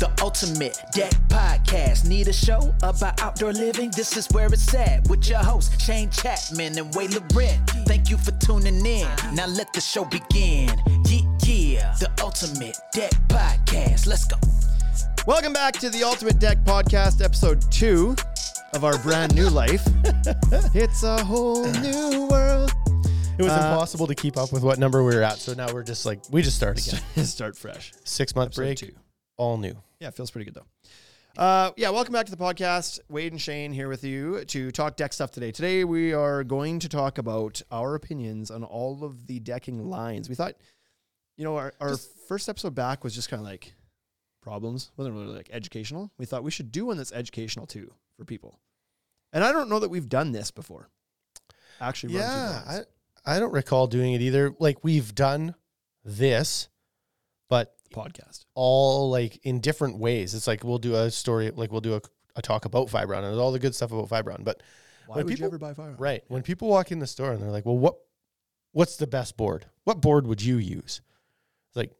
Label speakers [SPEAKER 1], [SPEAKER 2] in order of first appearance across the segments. [SPEAKER 1] the ultimate deck podcast. Need a show about outdoor living? This is where it's at with your hosts, Shane Chapman and Way Loren. Thank you for tuning in. Now let the show begin. Yeah, yeah, the ultimate deck podcast. Let's go.
[SPEAKER 2] Welcome back to the Ultimate Deck Podcast, episode two of our brand new life. it's a whole new world.
[SPEAKER 3] It was impossible to keep up with what number we were at. So now we're just like, we just start again.
[SPEAKER 2] Start fresh.
[SPEAKER 3] Six month break,
[SPEAKER 2] two.
[SPEAKER 3] all new.
[SPEAKER 2] Yeah, it feels pretty good though. Uh, yeah, welcome back to the podcast. Wade and Shane here with you to talk deck stuff today. Today we are going to talk about our opinions on all of the decking lines. We thought, you know, our, our first episode back was just kind of like problems, wasn't really like educational. We thought we should do one that's educational too for people. And I don't know that we've done this before. Actually, run through the lines.
[SPEAKER 3] Yeah, I, I don't recall doing it either. Like we've done this, but
[SPEAKER 2] podcast.
[SPEAKER 3] all like in different ways. It's like we'll do a story, like we'll do a, a talk about Fibron and all the good stuff about Fibron. But
[SPEAKER 2] Why
[SPEAKER 3] When
[SPEAKER 2] would
[SPEAKER 3] people-
[SPEAKER 2] you ever buy fire?
[SPEAKER 3] right when people walk in the store and they're like, "Well, what what's the best board? What board would you use?" It's like,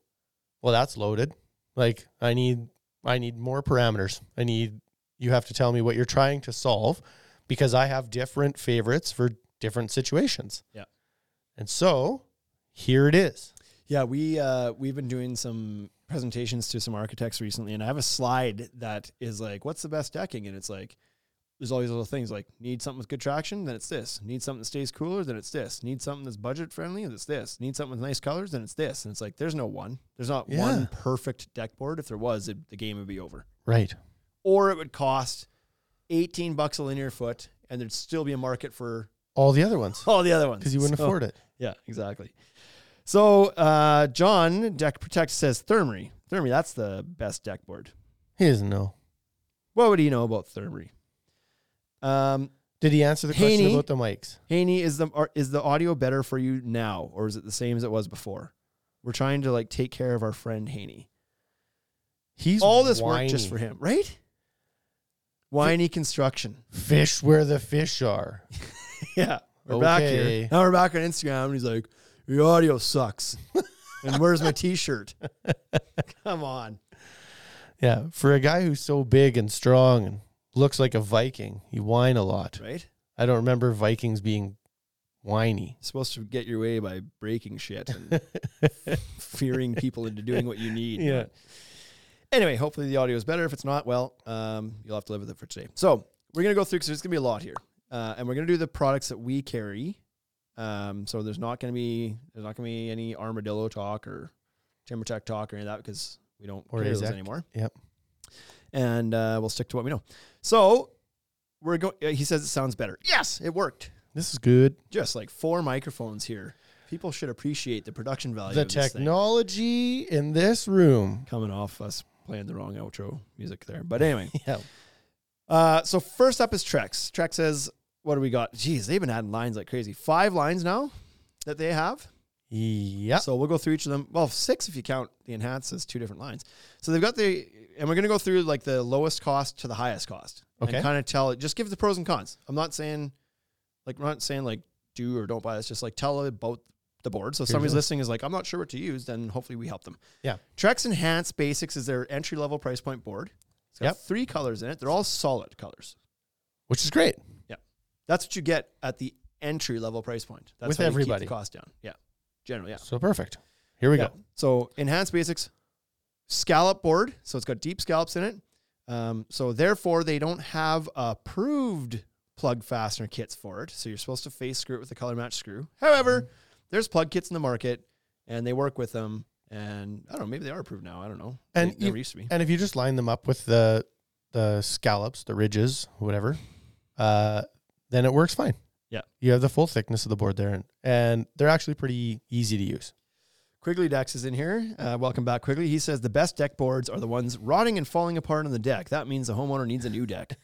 [SPEAKER 3] "Well, that's loaded. Like, I need I need more parameters. I need you have to tell me what you're trying to solve because I have different favorites for different situations."
[SPEAKER 2] Yeah.
[SPEAKER 3] And so, here it is.
[SPEAKER 2] Yeah, we uh, we've been doing some presentations to some architects recently, and I have a slide that is like, "What's the best decking?" And it's like, there's all these little things like, need something with good traction, then it's this. Need something that stays cooler, then it's this. Need something that's budget friendly, then it's this. Need something with nice colors, then it's this. And it's like, there's no one. There's not
[SPEAKER 3] Yeah.
[SPEAKER 2] one perfect deck board. If there was, it, the game would be over,
[SPEAKER 3] Right.
[SPEAKER 2] or it would cost 18 bucks a linear foot, and there'd still be a market for
[SPEAKER 3] All the other ones
[SPEAKER 2] all the other ones
[SPEAKER 3] because you wouldn't
[SPEAKER 2] So-
[SPEAKER 3] afford it.
[SPEAKER 2] yeah, exactly. So uh, John Deck Protect says Thermory. Thermory, that's the best deck board.
[SPEAKER 3] He doesn't know.
[SPEAKER 2] What would he know about Thermory? Um,
[SPEAKER 3] Did he answer the question
[SPEAKER 2] Haney.
[SPEAKER 3] about the mics?
[SPEAKER 2] Haney, is the are, is the audio better for you now, or is it the same as it was before? We're trying to like take care of our friend Haney.
[SPEAKER 3] He's
[SPEAKER 2] All this work just
[SPEAKER 3] whiny.
[SPEAKER 2] for him, right? Whiny construction.
[SPEAKER 3] Fish where the fish are.
[SPEAKER 2] Yeah, we're back
[SPEAKER 3] Okay.
[SPEAKER 2] here. Now we're back on Instagram, and he's like, "Your audio sucks." and where's my T-shirt? Come on.
[SPEAKER 3] Yeah, for a guy who's so big and strong and looks like a Viking, you whine a lot.
[SPEAKER 2] right?
[SPEAKER 3] I don't remember Vikings being whiny.
[SPEAKER 2] supposed to get your way by breaking shit and fearing people into doing what you need.
[SPEAKER 3] Yeah.
[SPEAKER 2] Anyway, hopefully the audio is better. If it's not, well, um, you'll have to live with it for today. So we're gonna go through because there's gonna be a lot here, uh, and we're gonna do the products that we carry. Um, so there's not gonna be there's not gonna be any armadillo talk or timber tech talk or any of that because we don't
[SPEAKER 3] Or
[SPEAKER 2] carry those
[SPEAKER 3] Azek.
[SPEAKER 2] anymore.
[SPEAKER 3] Yep.
[SPEAKER 2] And uh, we'll stick to what we know. So we're going. Uh, he says it sounds better. Yes, it worked
[SPEAKER 3] This is good.
[SPEAKER 2] just like four microphones here. People should appreciate the production value.
[SPEAKER 3] the
[SPEAKER 2] of this thing.
[SPEAKER 3] technology in this room.
[SPEAKER 2] coming off us playing the wrong outro music there, but anyway.
[SPEAKER 3] Yeah.
[SPEAKER 2] Uh, so first up is Trex. Trex says, "What do we got? Geez, they've been adding lines like crazy. Five lines now that they have.
[SPEAKER 3] Yep.
[SPEAKER 2] So we'll go through each of them. Well, six if you count the enhance as two different lines. So they've got the, and we're gonna go through like the lowest cost to the highest cost.
[SPEAKER 3] Okay.
[SPEAKER 2] And kind of tell it. Just give the pros and cons. I'm not saying, like, we're not saying like do or don't buy. It's just like tell about the board. So if
[SPEAKER 3] Here's
[SPEAKER 2] somebody's
[SPEAKER 3] a-
[SPEAKER 2] listening is like, I'm not sure what to use. Then hopefully we help them.
[SPEAKER 3] Yeah.
[SPEAKER 2] Trex Enhance Basics is their entry level price point board. It's got
[SPEAKER 3] Yep.
[SPEAKER 2] three colors in it. They're all solid colors.
[SPEAKER 3] Which is great.
[SPEAKER 2] That's what you get at the entry level price point. That's
[SPEAKER 3] With
[SPEAKER 2] how you
[SPEAKER 3] everybody.
[SPEAKER 2] keep the cost down. Yeah. Generally, yeah.
[SPEAKER 3] So perfect. Here we
[SPEAKER 2] Yeah.
[SPEAKER 3] go.
[SPEAKER 2] So enhanced basics, scallop board. So it's got deep scallops in it. Um, so therefore, they don't have approved plug fastener kits for it. So you're supposed to face screw it with a color match screw. However, there's plug kits in the market, and they work with them. And I don't know, maybe they are approved now. I don't know.
[SPEAKER 3] And
[SPEAKER 2] they
[SPEAKER 3] you-
[SPEAKER 2] never used to be.
[SPEAKER 3] And if you just line them up with the the scallops, the ridges, whatever, uh, then it works fine.
[SPEAKER 2] Yeah.
[SPEAKER 3] You have the full thickness of the board there, and, and they're actually pretty easy to use.
[SPEAKER 2] Quigley Dex is in here. Uh, welcome back, Quigley. He says the best deck boards are the ones rotting and falling apart on the deck. That means the homeowner needs a new deck.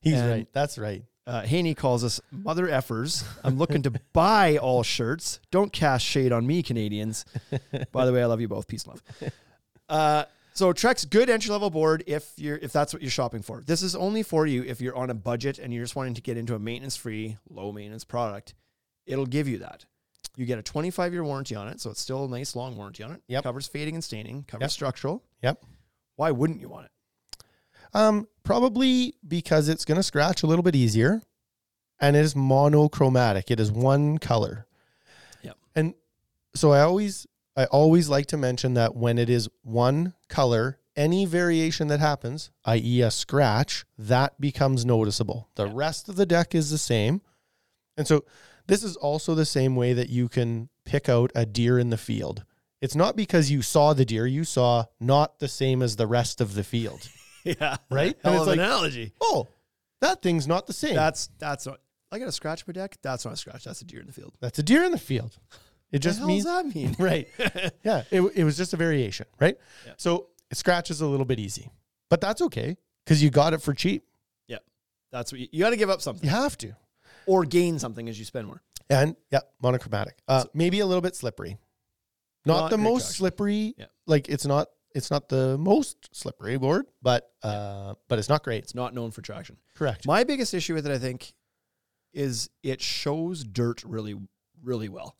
[SPEAKER 3] He's
[SPEAKER 2] And-
[SPEAKER 3] right. That's right.
[SPEAKER 2] Uh, Haney calls us mother effers. I'm looking to buy all shirts. Don't cast shade on me, Canadians. By the way, I love you both. Peace and love. Uh, so Trek's good entry level board if you're if that's what you're shopping for. This is only for you if you're on a budget and you're just wanting to get into a maintenance free, low maintenance product. It'll give you that. You get a 25 year warranty on it, so it's still a nice long warranty on it.
[SPEAKER 3] Yep.
[SPEAKER 2] Covers fading and staining. Covers
[SPEAKER 3] Yep.
[SPEAKER 2] structural.
[SPEAKER 3] Yep.
[SPEAKER 2] Why wouldn't you want it?
[SPEAKER 3] Um, probably because it's going to scratch a little bit easier, and it is monochromatic. It is one color.
[SPEAKER 2] Yep.
[SPEAKER 3] And so I always I always like to mention that when it is one color, any variation that happens, i.e., a scratch, that becomes noticeable. The rest of the deck is the same, and so this is also the same way that you can pick out a deer in the field. It's not because you saw the deer; you saw not the same as the rest of the field.
[SPEAKER 2] Yeah.
[SPEAKER 3] Right?
[SPEAKER 2] Hell
[SPEAKER 3] And it's
[SPEAKER 2] of
[SPEAKER 3] like-
[SPEAKER 2] analogy.
[SPEAKER 3] oh, that thing's not the same.
[SPEAKER 2] That's that's not. I got a scratch per deck. That's not a scratch. That's a deer in the field.
[SPEAKER 3] That's a deer in the field. It
[SPEAKER 2] What the
[SPEAKER 3] just
[SPEAKER 2] hell
[SPEAKER 3] means
[SPEAKER 2] does that mean?
[SPEAKER 3] right. yeah, it, it was just a variation, right?
[SPEAKER 2] Yeah.
[SPEAKER 3] So it scratches a little bit easy, but that's okay because you got it for cheap.
[SPEAKER 2] That's what you, you got to give up something
[SPEAKER 3] You have to,
[SPEAKER 2] or gain something as you spend more.
[SPEAKER 3] and yeah, monochromatic. Uh, maybe a little bit slippery. Not,
[SPEAKER 2] Not
[SPEAKER 3] the
[SPEAKER 2] great
[SPEAKER 3] most
[SPEAKER 2] traction.
[SPEAKER 3] slippery.
[SPEAKER 2] Yeah.
[SPEAKER 3] Like it's not. It's not the most slippery board, but uh, but it's not great.
[SPEAKER 2] It's not known for traction.
[SPEAKER 3] Correct.
[SPEAKER 2] My biggest issue with it, I think, is it shows dirt really, really well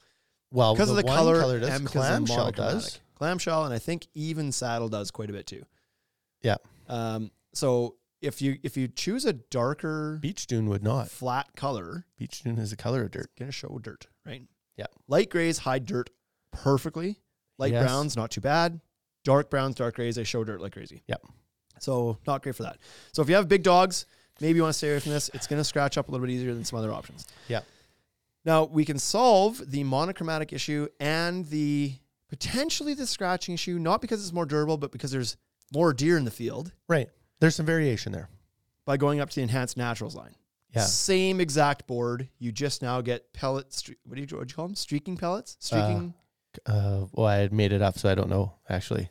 [SPEAKER 3] well,
[SPEAKER 2] because of Oh, the
[SPEAKER 3] one
[SPEAKER 2] color,
[SPEAKER 3] does,
[SPEAKER 2] and because of the
[SPEAKER 3] clamshell
[SPEAKER 2] monochromatic.
[SPEAKER 3] does.
[SPEAKER 2] Clamshell, and I think even saddle does quite a bit too.
[SPEAKER 3] Yeah.
[SPEAKER 2] Um. So if you if you choose a darker
[SPEAKER 3] Beach dune would not.
[SPEAKER 2] flat color,
[SPEAKER 3] Beach dune is the color of dirt.
[SPEAKER 2] it's gonna show dirt, right?
[SPEAKER 3] Yeah.
[SPEAKER 2] Light grays hide dirt perfectly. Light
[SPEAKER 3] Yes.
[SPEAKER 2] browns, not too bad. Dark browns, dark grays, they show dirt like crazy.
[SPEAKER 3] Yep.
[SPEAKER 2] So not great for that. So if you have big dogs, maybe you want to stay away from this. It's gonna scratch up a little bit easier than some other options.
[SPEAKER 3] Yep.
[SPEAKER 2] Now we can solve the monochromatic issue and the potentially the scratching issue, not because it's more durable, but because there's more deer in the field
[SPEAKER 3] Right. There's some variation there.
[SPEAKER 2] by going up to the enhanced naturals line.
[SPEAKER 3] Yeah.
[SPEAKER 2] Same exact board. You just now get pellet. Stre- what do you what do you call them? Streaking pellets. Streaking.
[SPEAKER 3] Uh, well, I had made it up, so I don't know actually.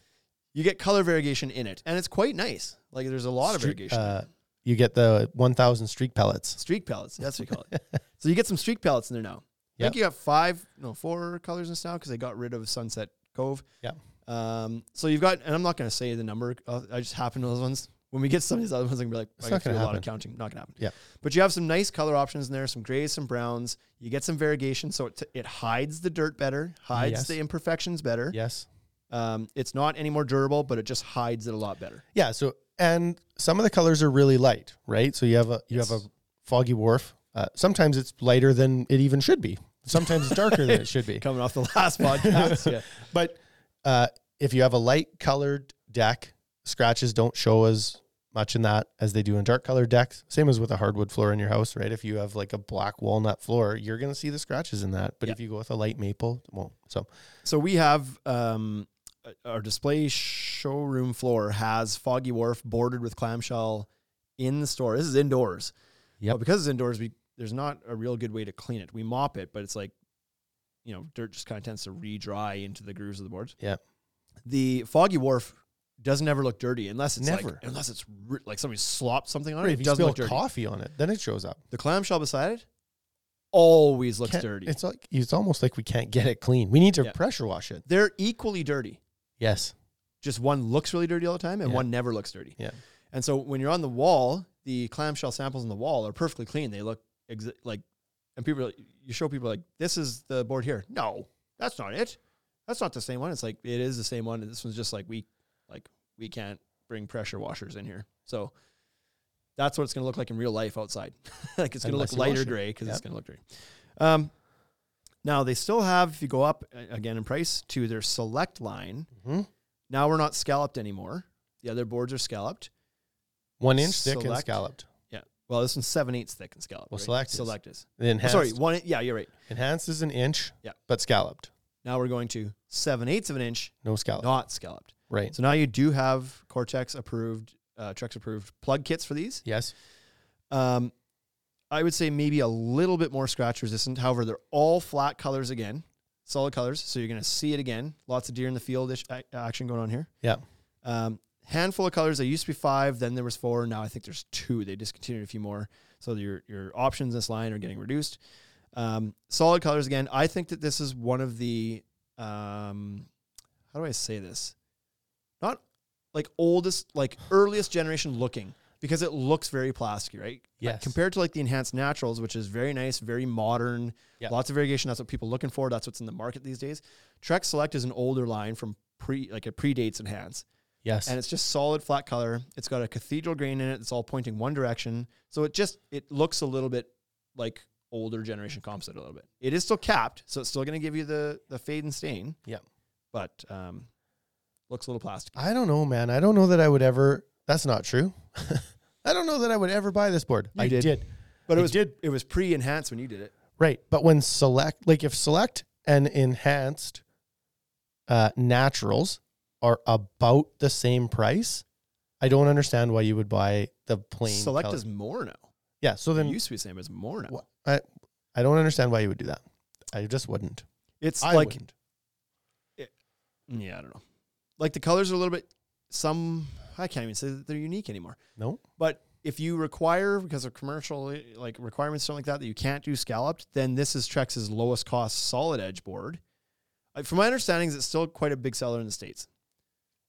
[SPEAKER 2] you get color variegation in it, and it's quite nice. Like there's a lot of
[SPEAKER 3] Streak-
[SPEAKER 2] variegation.
[SPEAKER 3] uh, you get the 1,000 streak pellets.
[SPEAKER 2] streak pellets. That's what you call it. so you get some streak pellets in there now. I
[SPEAKER 3] Yep.
[SPEAKER 2] think you got five, no, four colors in this now because they got rid of Sunset Cove.
[SPEAKER 3] Yep.
[SPEAKER 2] Um, so you've got, and I'm not going to say the number. Uh, I just happen to those ones. When we get some of these other ones, I'm gonna be like,
[SPEAKER 3] It's
[SPEAKER 2] I got
[SPEAKER 3] not
[SPEAKER 2] to do
[SPEAKER 3] gonna
[SPEAKER 2] a lot of
[SPEAKER 3] happen.
[SPEAKER 2] counting. Not gonna happen.
[SPEAKER 3] Yep.
[SPEAKER 2] But you have some nice color options in there, some grays, some browns. You get some variegation, so it, t- it hides the dirt better, hides
[SPEAKER 3] Yes.
[SPEAKER 2] the imperfections better.
[SPEAKER 3] Yes.
[SPEAKER 2] Um, it's not any more durable, but it just hides it a lot better.
[SPEAKER 3] Yeah. So, and some of the colors are really light, right? So you have a you have a
[SPEAKER 2] Yes.
[SPEAKER 3] foggy wharf. Uh, sometimes it's lighter than it even should be. Sometimes it's darker than it should be.
[SPEAKER 2] Coming off the last podcast, yeah.
[SPEAKER 3] But uh, if you have a light colored deck, scratches don't show as much in that as they do in dark colored decks. Same as with a hardwood floor in your house, right? If you have like a black walnut floor, you're going to see the scratches in that. But if you go with a light maple, it won't. So,
[SPEAKER 2] So we have um, uh, our display showroom floor has Foggy Wharf bordered with clamshell in the store. This is indoors.
[SPEAKER 3] Yep.
[SPEAKER 2] But because it's indoors, we there's not a real good way to clean it. We mop it, but it's like, you know, dirt just kind of tends to re-dry into the grooves of the boards.
[SPEAKER 3] Yep.
[SPEAKER 2] The Foggy Wharf doesn't ever look dirty unless it's like-
[SPEAKER 3] Never.
[SPEAKER 2] unless it's re- like somebody slopped something on
[SPEAKER 3] Right,
[SPEAKER 2] it. It
[SPEAKER 3] if you
[SPEAKER 2] doesn't
[SPEAKER 3] spill
[SPEAKER 2] look dirty.
[SPEAKER 3] coffee on it, then it shows up.
[SPEAKER 2] the clamshell beside it always looks
[SPEAKER 3] Can't-
[SPEAKER 2] dirty.
[SPEAKER 3] It's like it's almost like we can't get it clean. We need to
[SPEAKER 2] Yeah.
[SPEAKER 3] pressure wash it.
[SPEAKER 2] They're equally dirty.
[SPEAKER 3] Yes.
[SPEAKER 2] just one looks really dirty all the time and
[SPEAKER 3] Yeah.
[SPEAKER 2] one never looks dirty.
[SPEAKER 3] Yeah.
[SPEAKER 2] And so when you're on the wall, the clamshell samples on the wall are perfectly clean. They look exa- like, and people, are like- you show people like, this is the board here. No, that's not it. That's not the same one. It's like, it is the same one. This one's just like, we, like, we can't bring pressure washers in here. So that's what it's going to look like in real life outside. like it's going to
[SPEAKER 3] Unless
[SPEAKER 2] look
[SPEAKER 3] you wash
[SPEAKER 2] lighter
[SPEAKER 3] it.
[SPEAKER 2] gray because it's
[SPEAKER 3] Yep.
[SPEAKER 2] going to look dirty. Um, now they still have, if you go up uh, again in price to their select line,
[SPEAKER 3] Mhm.
[SPEAKER 2] now we're not scalloped anymore. The other boards are scalloped.
[SPEAKER 3] One inch thick and
[SPEAKER 2] Select.
[SPEAKER 3] scalloped.
[SPEAKER 2] Yeah. Well, this one's seven eighths thick and scalloped.
[SPEAKER 3] Well,
[SPEAKER 2] right?
[SPEAKER 3] select is.
[SPEAKER 2] Select is. Oh,
[SPEAKER 3] Enhanced,
[SPEAKER 2] sorry, one. Yeah, you're right.
[SPEAKER 3] enhanced is an inch,
[SPEAKER 2] Yeah.
[SPEAKER 3] but scalloped.
[SPEAKER 2] Now we're going to seven eighths of an inch,
[SPEAKER 3] No scallop.
[SPEAKER 2] not scalloped.
[SPEAKER 3] right.
[SPEAKER 2] So now you do have Cortex approved, uh, Trex approved plug kits for these.
[SPEAKER 3] Yes.
[SPEAKER 2] Um, I would say maybe a little bit more scratch resistant. However, they're all flat colors again, solid colors. So you're going to see it again. Lots of deer in the field ish ac- action going on here.
[SPEAKER 3] Yeah.
[SPEAKER 2] Um, handful of colors. They used to be five, then there was four. Now I think there's two. They discontinued a few more, so your your options in this line are getting reduced. Um, solid colors again. I think that this is one of the um, how do I say this? Not like oldest, like earliest generation looking because it looks very plasticky, right?
[SPEAKER 3] Yes.
[SPEAKER 2] compared to like the enhanced naturals, which is very nice, very modern,
[SPEAKER 3] Yeah.
[SPEAKER 2] lots of variegation. That's what people are looking for. That's what's in the market these days. Trek Select is an older line from pre, like it predates enhance.
[SPEAKER 3] Yes.
[SPEAKER 2] and it's just solid flat color. It's got a cathedral grain in it. It's all pointing one direction. So it just it looks a little bit like older generation composite a little bit. It is still capped, so it's still going to give you the the fade and stain.
[SPEAKER 3] Yeah.
[SPEAKER 2] but um, looks a little plastic.
[SPEAKER 3] I don't know, man. I don't know that I would ever. That's not true. I don't know that I would ever buy this board.
[SPEAKER 2] You
[SPEAKER 3] I
[SPEAKER 2] did.
[SPEAKER 3] did.
[SPEAKER 2] But
[SPEAKER 3] I
[SPEAKER 2] it was
[SPEAKER 3] did.
[SPEAKER 2] it was pre enhanced when you did it.
[SPEAKER 3] Right. But when select, like if select and enhanced uh, naturals are about the same price, I don't understand why you would buy the plain.
[SPEAKER 2] Select
[SPEAKER 3] color.
[SPEAKER 2] is more now.
[SPEAKER 3] Yeah. So
[SPEAKER 2] It
[SPEAKER 3] then
[SPEAKER 2] used to be the same as more now.
[SPEAKER 3] wh- I, I don't understand why you would do that. I just wouldn't.
[SPEAKER 2] It's
[SPEAKER 3] I
[SPEAKER 2] like
[SPEAKER 3] wouldn't.
[SPEAKER 2] yeah, I don't know. Like the colors are a little bit some. I can't even say that they're unique anymore.
[SPEAKER 3] No.
[SPEAKER 2] But if you require because of commercial eh, like requirements something like that that you can't do scalloped, then this is Trex's lowest cost solid edge board. Uh, From my understanding, is it's still quite a big seller in the states.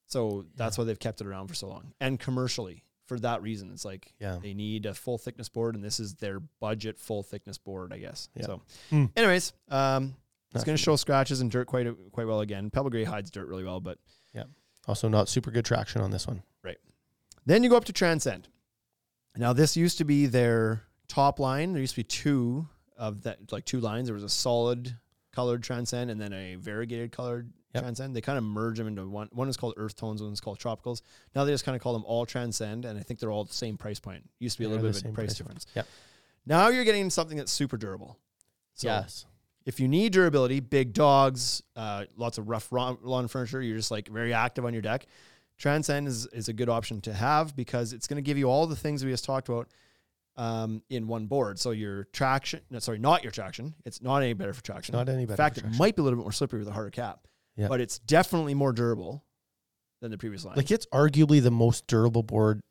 [SPEAKER 2] So that's why they've kept it around for so long and commercially for that reason. It's like
[SPEAKER 3] Yeah.
[SPEAKER 2] they need a full thickness board and this is their budget full thickness board, I guess.
[SPEAKER 3] Yeah.
[SPEAKER 2] So,
[SPEAKER 3] Hmm.
[SPEAKER 2] anyways, um, it's
[SPEAKER 3] Not
[SPEAKER 2] going to show scratches and dirt quite quite well again. Pebble Gray hides dirt really well, but
[SPEAKER 3] Also, not super good traction on this one.
[SPEAKER 2] Then you go up to Transcend. Now this used to be their top line. There used to be two of that, like two lines. There was a solid colored Transcend and then a variegated colored
[SPEAKER 3] Yep.
[SPEAKER 2] Transcend. They kind of merge them into one. One is called Earth Tones, one is called Tropicals. Now they just kind of call them all Transcend, and I think they're all the same price point. Used to be a
[SPEAKER 3] They
[SPEAKER 2] little
[SPEAKER 3] are
[SPEAKER 2] bit
[SPEAKER 3] the
[SPEAKER 2] of a
[SPEAKER 3] same
[SPEAKER 2] price,
[SPEAKER 3] price
[SPEAKER 2] difference.
[SPEAKER 3] Yep.
[SPEAKER 2] Now you're getting something that's super durable. So
[SPEAKER 3] yes.
[SPEAKER 2] if you need durability, big dogs, uh, lots of rough ro- lawn furniture, you're just like very active on your deck. Transcend is, is a good option to have because it's going to give you all the things we just talked about um, in one board. So your traction, no, sorry, not your traction. It's not any better for traction.
[SPEAKER 3] not any
[SPEAKER 2] In
[SPEAKER 3] better for
[SPEAKER 2] fact, it
[SPEAKER 3] traction.
[SPEAKER 2] might be a little bit more slippery with a harder cap,
[SPEAKER 3] Yeah.
[SPEAKER 2] but it's definitely more durable than the previous line.
[SPEAKER 3] Like it's arguably the most durable board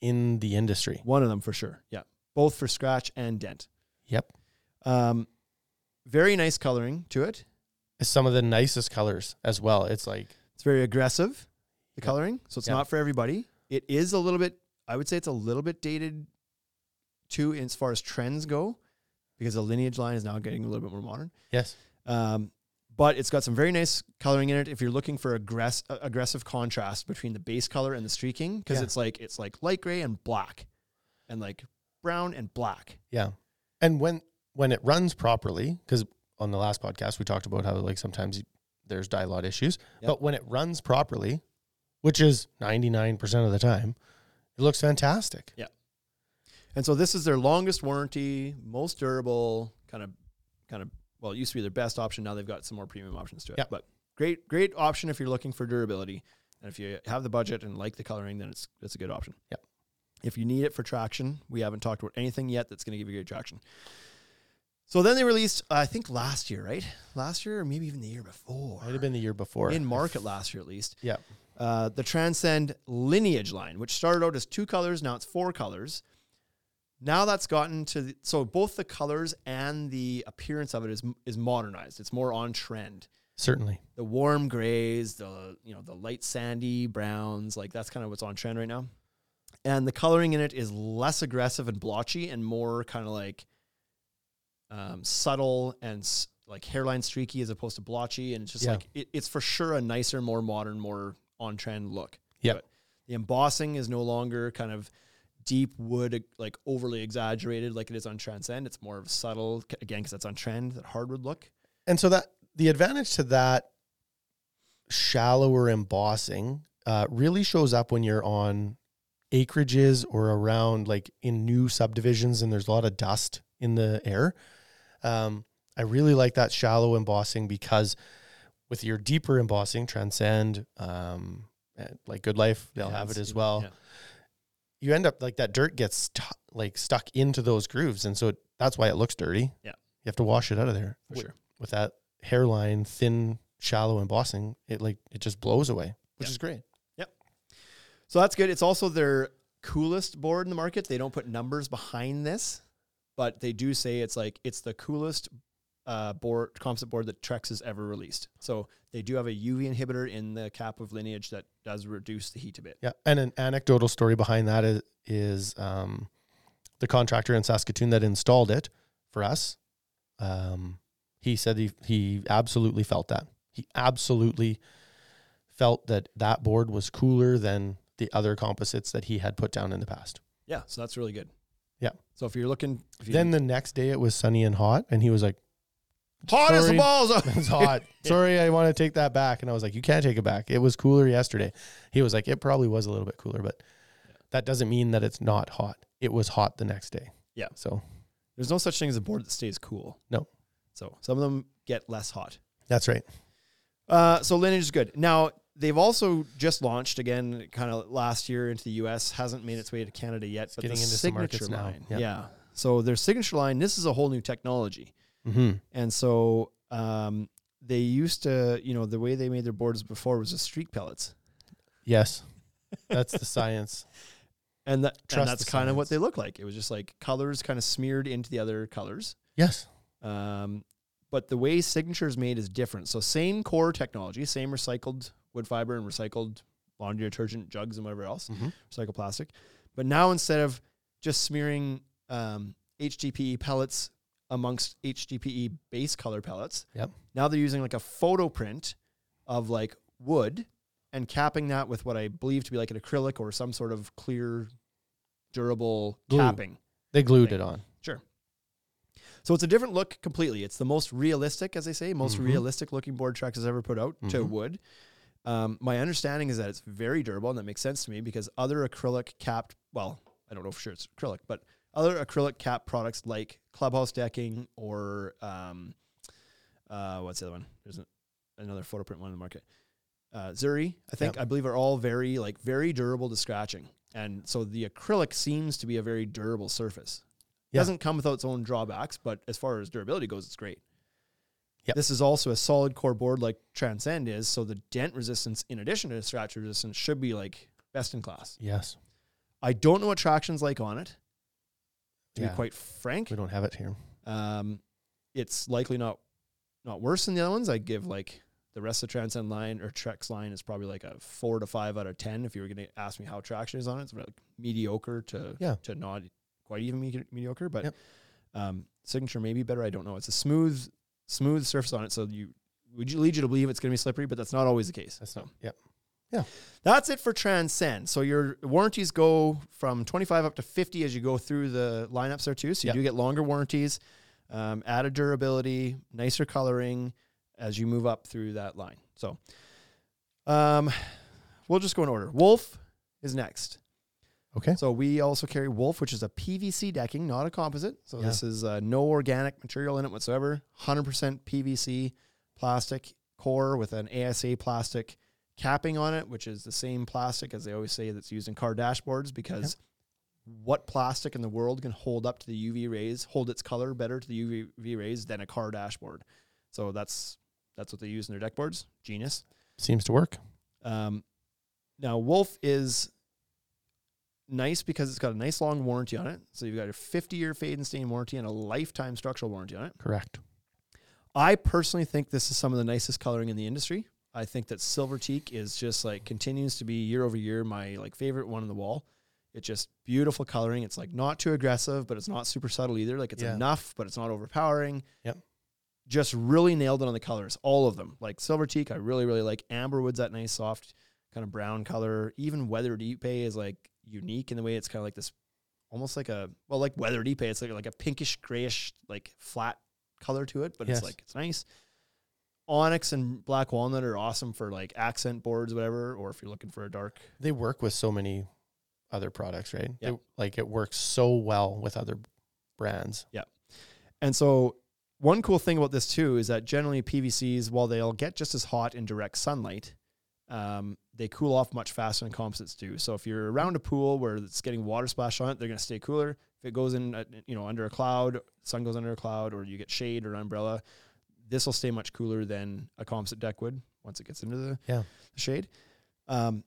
[SPEAKER 3] in the industry.
[SPEAKER 2] one of them for sure. Yeah. Both for scratch and dent.
[SPEAKER 3] Yep.
[SPEAKER 2] Um, very nice coloring to it.
[SPEAKER 3] It's some of the nicest colors as well. It's like
[SPEAKER 2] It's very aggressive, the
[SPEAKER 3] Yeah.
[SPEAKER 2] coloring. So it's
[SPEAKER 3] Yeah.
[SPEAKER 2] not for everybody. It is a little bit, I would say it's a little bit dated too, as far as trends go, because the lineage line is now getting a little bit more modern.
[SPEAKER 3] yes,
[SPEAKER 2] Um, but it's got some very nice coloring in it. If you're looking for aggress- uh, aggressive contrast between the base color and the streaking, because
[SPEAKER 3] Yeah.
[SPEAKER 2] it's like it's like light gray and black, and like brown and black.
[SPEAKER 3] yeah. And when when it runs properly, because on the last podcast we talked about how like sometimes you- there's dialot issues,
[SPEAKER 2] Yep.
[SPEAKER 3] but when it runs properly, which is ninety nine percent of the time, it looks fantastic.
[SPEAKER 2] And so this is their longest warranty, most durable, kind of, kind of. Well, it used to be their best option. Now they've got some more premium options to it.
[SPEAKER 3] Yeah.
[SPEAKER 2] But great, great option if you're looking for durability, and if you have the budget and like the coloring, then it's it's a good option.
[SPEAKER 3] Yeah.
[SPEAKER 2] If you need it for traction, we haven't talked about anything yet that's going to give you good traction. So then they released, I think last year, right? Last year, or maybe even the year before.
[SPEAKER 3] Might have been the year before
[SPEAKER 2] in market last year, at least.
[SPEAKER 3] Yeah,
[SPEAKER 2] Uh, the Transcend lineage line, which started out as two colors, now it's four colors. Now that's gotten to the, so both the colors and the appearance of it is is modernized. It's more on trend.
[SPEAKER 3] certainly.
[SPEAKER 2] The warm grays, the you know the light sandy browns, like that's kind of what's on trend right now. And the coloring in it is less aggressive and blotchy and more kind of like um, subtle and s- like hairline streaky as opposed to blotchy. And it's just
[SPEAKER 3] Yeah.
[SPEAKER 2] like it, it's for sure a nicer, more modern, more on trend look.
[SPEAKER 3] Yep.
[SPEAKER 2] But The embossing is no longer kind of deep wood, like overly exaggerated like it is on Transcend. It's more of a subtle, c- again, because that's on trend, that hardwood look.
[SPEAKER 3] And so that the advantage to that shallower embossing uh, really shows up when you're on acreages or around like in new subdivisions and there's a lot of dust in the air. Um, I really like that shallow embossing because with your deeper embossing, Transcend, um, and, like Good Life, they'll
[SPEAKER 2] Yeah,
[SPEAKER 3] have it
[SPEAKER 2] it's-
[SPEAKER 3] as well.
[SPEAKER 2] yeah.
[SPEAKER 3] You end up like that dirt gets stu- like stuck into those grooves, and so it, that's why it looks dirty.
[SPEAKER 2] Yeah.
[SPEAKER 3] you have to wash it out of there
[SPEAKER 2] For
[SPEAKER 3] Wi-
[SPEAKER 2] sure.
[SPEAKER 3] with that hairline, thin, shallow embossing, it like it just blows away, which
[SPEAKER 2] Yeah.
[SPEAKER 3] is great.
[SPEAKER 2] So that's good. It's also their coolest board in the market. They don't put numbers behind this, but they do say it's like it's the coolest uh, board composite board that Trex has ever released. So they do have a UV inhibitor in the cap of lineage that does reduce the heat a bit.
[SPEAKER 3] Yeah, and an anecdotal story behind that is, is um, the contractor in Saskatoon that installed it for us. Um, he said he he absolutely felt that. He absolutely felt that that board was cooler than the other composites that he had put down in the past.
[SPEAKER 2] Yeah, so that's really good.
[SPEAKER 3] Yeah.
[SPEAKER 2] So if you're looking, if you,
[SPEAKER 3] Then the next day it was sunny and hot, and he was like,
[SPEAKER 2] hot as the
[SPEAKER 3] Sorry.
[SPEAKER 2] balls.
[SPEAKER 3] It's hot. Sorry, I want to take that back. And I was like, You can't take it back. It was cooler yesterday. He was like, It probably was a little bit cooler, but that doesn't mean that it's not hot. It was hot the next day.
[SPEAKER 2] Yeah.
[SPEAKER 3] So
[SPEAKER 2] There's no such thing as a board that stays cool.
[SPEAKER 3] No.
[SPEAKER 2] So some of them get less hot.
[SPEAKER 3] that's right.
[SPEAKER 2] Uh, so Lineage is good. Now they've also just launched again, kind of last year into the U.S. Hasn't made its way to Canada yet, but
[SPEAKER 3] getting
[SPEAKER 2] the
[SPEAKER 3] into some
[SPEAKER 2] signature
[SPEAKER 3] markets now.
[SPEAKER 2] line,
[SPEAKER 3] Yeah.
[SPEAKER 2] yeah. So their signature line, this is a whole new technology,
[SPEAKER 3] Mm-hmm.
[SPEAKER 2] and so um, they used to, you know, the way they made their boards before was with streak pellets,
[SPEAKER 3] Yes. That's the science.
[SPEAKER 2] and that and
[SPEAKER 3] Trust
[SPEAKER 2] that's
[SPEAKER 3] the
[SPEAKER 2] kind of what
[SPEAKER 3] science.
[SPEAKER 2] they look like. It was just like colors kind of smeared into the other colors.
[SPEAKER 3] Yes.
[SPEAKER 2] Um, but the way signature is made is different. So same core technology, same recycled wood fiber and recycled laundry detergent jugs and whatever else,
[SPEAKER 3] Mhm.
[SPEAKER 2] recycled plastic. But now instead of just smearing um, HDPE pellets amongst HDPE E base color pellets,
[SPEAKER 3] Yep.
[SPEAKER 2] now they're using like a photo print of like wood and capping that with what I believe to be like an acrylic or some sort of clear, durable
[SPEAKER 3] Glue.
[SPEAKER 2] capping.
[SPEAKER 3] They glued it on.
[SPEAKER 2] Sure. So it's a different look completely. It's the most realistic, as they say, most
[SPEAKER 3] Mhm.
[SPEAKER 2] realistic looking board Trax has ever put out to
[SPEAKER 3] Mhm.
[SPEAKER 2] wood. Um, my understanding is that it's very durable, and that makes sense to me because other acrylic capped, well, I don't know for sure it's acrylic, but other acrylic cap products like clubhouse decking or um, uh, what's the other one? There's an, another photo print one in the market. Uh, Zuri, I think, I believe, are all very like very durable to scratching, and so the acrylic seems to be a very durable surface. It
[SPEAKER 3] Yeah.
[SPEAKER 2] Doesn't come without its own drawbacks, but as far as durability goes, it's great.
[SPEAKER 3] Yep.
[SPEAKER 2] This is also a solid core board like Transcend is, so the dent resistance, in addition to scratch resistance, should be like best in class.
[SPEAKER 3] Yes.
[SPEAKER 2] I don't know what traction's like on it, to
[SPEAKER 3] Yeah.
[SPEAKER 2] be quite frank.
[SPEAKER 3] We don't have it here.
[SPEAKER 2] Um, it's likely not not worse than the other ones. I'd give like the rest of the Transcend line or Trex line is probably like a four to five out of ten. If you were going to ask me how traction is on it, it's like mediocre to
[SPEAKER 3] Yeah.
[SPEAKER 2] to not quite even medi- mediocre, but
[SPEAKER 3] Yep.
[SPEAKER 2] um, signature may be better. I don't know. It's a smooth smooth surface on it, so you would you lead you to believe it's going to be slippery, but that's not always the case.
[SPEAKER 3] That's
[SPEAKER 2] So
[SPEAKER 3] not. Yep.
[SPEAKER 2] that's it for Transcend. So your warranties go from 25 up to 50 as you go through the lineups there too. So you
[SPEAKER 3] Yep.
[SPEAKER 2] do get longer warranties, um, added durability, nicer coloring as you move up through that line. So um, we'll just go in order. Wolf is next.
[SPEAKER 3] Okay.
[SPEAKER 2] So we also carry Wolf, which is a PVC decking, not a composite. So
[SPEAKER 3] Yeah.
[SPEAKER 2] this is uh, no organic material in it whatsoever. 100% PVC plastic core with an ASA plastic capping on it, which is the same plastic as they always say that's used in car dashboards because what plastic in the world can hold up to the UV rays, hold its color better to the UV UV rays than a car dashboard? So that's that's what they use in their deck boards. Genius.
[SPEAKER 3] Seems to work.
[SPEAKER 2] Um, now, Wolf is nice because it's got a nice long warranty on it. So you've got a 50 year fade and stain warranty and a lifetime structural warranty on it.
[SPEAKER 3] Correct.
[SPEAKER 2] I personally think this is some of the nicest coloring in the industry. I think that Silver Teak is just like continues to be year over year my like favorite one on the wall. It's just beautiful coloring. It's like not too aggressive, but it's not super subtle either. Like it's
[SPEAKER 3] Yeah.
[SPEAKER 2] enough, but it's not overpowering.
[SPEAKER 3] Yep.
[SPEAKER 2] Just really nailed it on the colors, all of them. Like Silver Teak, I really really like. Amberwood's that nice soft kind of brown color. Even Weathered Ipe is like unique in the way it's kind of like this, almost like a well like Weathered Ipe. It's like like a pinkish grayish like flat color to it, but
[SPEAKER 3] Yes.
[SPEAKER 2] it's like it's nice. Onyx and black walnut are awesome for like accent boards, whatever, or if you're looking for a dark.
[SPEAKER 3] They work with so many other products, right?
[SPEAKER 2] Yeah.
[SPEAKER 3] They- like it works so well with other brands.
[SPEAKER 2] And so, one cool thing about this too is that generally PVCs, while they'll get just as hot in direct sunlight, um, they cool off much faster than composites do. So if you're around a pool where it's getting water splash on it, they're going to stay cooler. If it goes in, at, you know, under a cloud, sun goes under a cloud, or you get shade or an umbrella, this will stay much cooler than a composite deck would once it gets into the,
[SPEAKER 3] Yeah.
[SPEAKER 2] the shade. Um,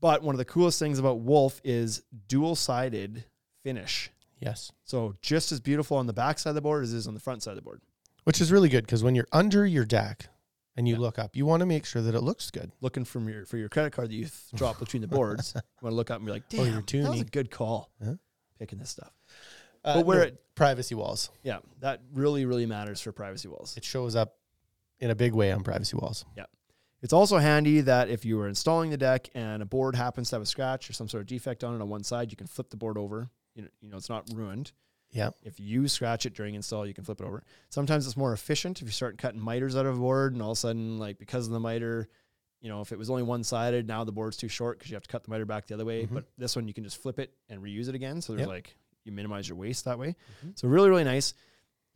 [SPEAKER 2] but one of the coolest things about Wolf is dual sided finish.
[SPEAKER 3] Yes.
[SPEAKER 2] So just as beautiful on the back side of the board as it is on the front side of the board.
[SPEAKER 3] Which is really good because when you're under your deck and you look up, you want to make sure that it looks good.
[SPEAKER 2] Looking from your for your credit card that you th- drop between the boards, you want to look up and be like, "Damn,
[SPEAKER 3] Oh, you're
[SPEAKER 2] that was a
[SPEAKER 3] tuning." Uh-huh.
[SPEAKER 2] good call
[SPEAKER 3] Huh?
[SPEAKER 2] picking this stuff."
[SPEAKER 3] Uh,
[SPEAKER 2] But where
[SPEAKER 3] no,
[SPEAKER 2] it-
[SPEAKER 3] privacy walls,
[SPEAKER 2] Yeah, that really really matters for privacy walls.
[SPEAKER 3] it shows up in a big way on privacy walls.
[SPEAKER 2] It's also handy that if you are installing the deck and a board happens to have a scratch or some sort of defect on it on one side, you can flip the board over. You know, you know it's not ruined.
[SPEAKER 3] Yeah.
[SPEAKER 2] If you scratch it during install, you can flip it over. Sometimes it's more efficient if you start cutting miters out of a board and all of a sudden, like because of the miter, you know, if it was only one sided, now the board's too short because you have to cut the miter back the other way.
[SPEAKER 3] Mhm.
[SPEAKER 2] But this one, you can just flip it and reuse it again. So there's
[SPEAKER 3] Yep.
[SPEAKER 2] like, you minimize your waste that way.
[SPEAKER 3] Mhm.
[SPEAKER 2] So really, really nice.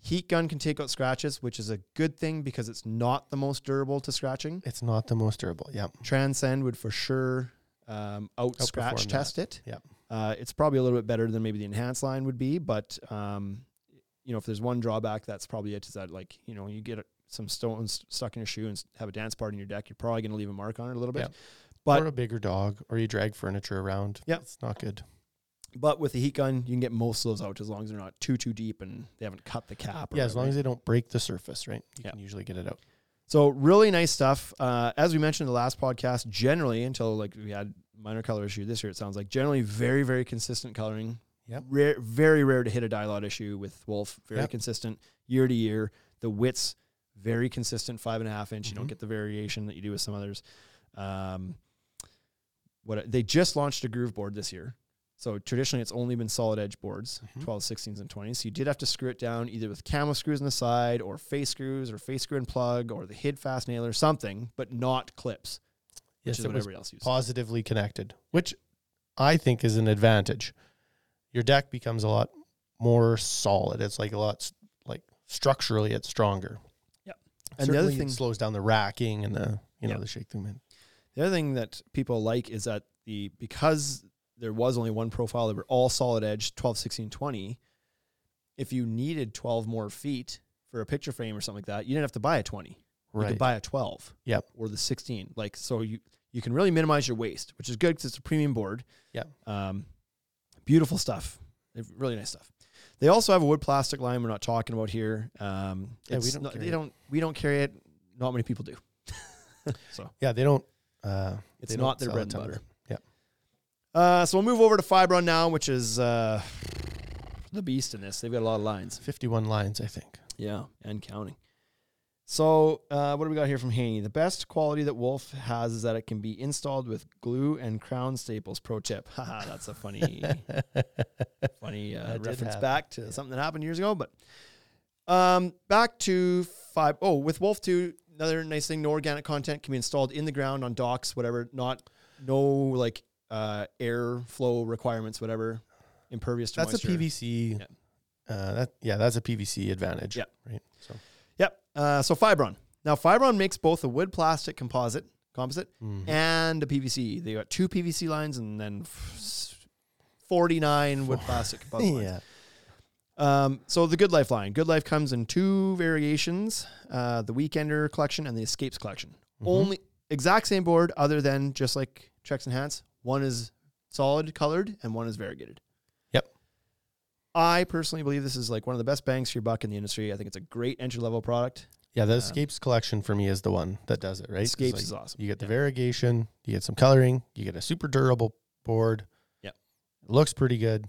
[SPEAKER 2] Heat gun can take out scratches, which is a good thing because it's not the most durable to scratching.
[SPEAKER 3] It's not the most durable. Yeah.
[SPEAKER 2] Transcend would for sure um, out scratch
[SPEAKER 3] Outperform
[SPEAKER 2] test it.
[SPEAKER 3] Yep.
[SPEAKER 2] Uh, it's probably a little bit better than maybe the enhanced line would be, but um, you know, if there's one drawback, that's probably it. Is that like you know you get some stones stuck in your shoe and s- have a dance party in your deck, you're probably going to leave a mark on it a little bit.
[SPEAKER 3] Yep.
[SPEAKER 2] But-
[SPEAKER 3] or a bigger dog, or you drag furniture around.
[SPEAKER 2] Yep.
[SPEAKER 3] It's not good.
[SPEAKER 2] But with the heat gun, you can get most of those out as long as they're not too too deep and they haven't cut the cap. Or
[SPEAKER 3] Yeah, as
[SPEAKER 2] whatever.
[SPEAKER 3] long as they don't break the surface, right? You
[SPEAKER 2] Ah, Yeah.
[SPEAKER 3] can usually get it out.
[SPEAKER 2] So really nice stuff. Uh, as we mentioned in the last podcast, generally until like we had minor color issue this year, it sounds like generally very very consistent coloring.
[SPEAKER 3] Yep.
[SPEAKER 2] Rare, very rare to hit a dialot issue with Wolf. Very
[SPEAKER 3] Yep.
[SPEAKER 2] consistent year to year. The widths very consistent, five and a half inch. You don't
[SPEAKER 3] Mhm.
[SPEAKER 2] get the variation that you do with some others. Um, what they just launched a groove board this year. So traditionally, it's only been solid edge boards,
[SPEAKER 3] Mhm.
[SPEAKER 2] 12s, 16s, and 20s. So you did have to screw it down either with camo screws on the side, or face screws, or face screw and plug, or the hid fast nail, or something, but not clips, which
[SPEAKER 3] Yes,
[SPEAKER 2] is
[SPEAKER 3] it
[SPEAKER 2] what
[SPEAKER 3] was
[SPEAKER 2] everybody else uses.
[SPEAKER 3] positively connected, which I think is an advantage. Your deck becomes a lot more solid. It's like a lot s- like structurally, it's stronger.
[SPEAKER 2] Yep.
[SPEAKER 3] And
[SPEAKER 2] And the other
[SPEAKER 3] the other
[SPEAKER 2] thing-
[SPEAKER 3] thing slows down the racking and the you know
[SPEAKER 2] Yeah.
[SPEAKER 3] the shake through man.
[SPEAKER 2] The other thing that people like is that the because there was only one profile, they were all solid edge 12, 16, 20. If you needed 12 more feet for a picture frame or something like that, you didn't have to buy a 20. You
[SPEAKER 3] Right.
[SPEAKER 2] could buy a 12.
[SPEAKER 3] Yep.
[SPEAKER 2] Or the 16. Like, so you, you can really minimize your waste, which is good because it's a premium board.
[SPEAKER 3] Yep.
[SPEAKER 2] Um, beautiful stuff. They've- Really nice stuff. They also have a wood plastic line we're not talking about here. Um,
[SPEAKER 3] Yeah, we
[SPEAKER 2] it's
[SPEAKER 3] don't
[SPEAKER 2] not-
[SPEAKER 3] carry
[SPEAKER 2] they
[SPEAKER 3] it.
[SPEAKER 2] don't, we don't carry it. Not many people do. so
[SPEAKER 3] yeah, they don't uh
[SPEAKER 2] it's
[SPEAKER 3] they don't
[SPEAKER 2] not their
[SPEAKER 3] sell a
[SPEAKER 2] bread and
[SPEAKER 3] ton of
[SPEAKER 2] butter.
[SPEAKER 3] them. Yep.
[SPEAKER 2] Uh, so we'll move over to Fibron now, which is uh, the beast in this. They've got a lot of lines.
[SPEAKER 3] Fifty one lines, I think.
[SPEAKER 2] Yeah, and counting. So uh, what do we got here from Haney? The best quality that Wolf has is that it can be installed with glue and crown staples. Pro tip. Haha, that's a funny, funny uh,
[SPEAKER 3] That did
[SPEAKER 2] reference
[SPEAKER 3] happen.
[SPEAKER 2] back to something that happened years ago. But um, back to five. Oh, with Wolf two, another nice thing. No organic content can be installed in the ground on docks, whatever. Not no like uh, air flow requirements, whatever. Impervious to
[SPEAKER 3] That's
[SPEAKER 2] moisture.
[SPEAKER 3] a PVC
[SPEAKER 2] Yeah.
[SPEAKER 3] uh that yeah, that's a PVC advantage.
[SPEAKER 2] Yep.
[SPEAKER 3] Right. So
[SPEAKER 2] Yep. Uh, so Fibron. Now Fibron makes both a wood plastic composite composite
[SPEAKER 3] Mhm.
[SPEAKER 2] and a PVC. They got two PVC lines and then f- 49 wood plastic composite lines.
[SPEAKER 3] yeah.
[SPEAKER 2] Um, so the Good Life line. Good Life comes in two variations: uh, the Weekender collection and the Escapes collection.
[SPEAKER 3] Mm-hmm.
[SPEAKER 2] Only exact same board, other than just like checks and hats. One is solid colored and one is variegated.
[SPEAKER 3] Yep.
[SPEAKER 2] I personally believe this is like one of the best bangs for your buck in the industry. I think it's a great entry level product.
[SPEAKER 3] Yeah, the escapes collection for me is the one that does it, right? It's
[SPEAKER 2] Escapes
[SPEAKER 3] like
[SPEAKER 2] is awesome.
[SPEAKER 3] You get the variegation, you get some coloring, you get a super durable board.
[SPEAKER 2] Yep.
[SPEAKER 3] It looks pretty good.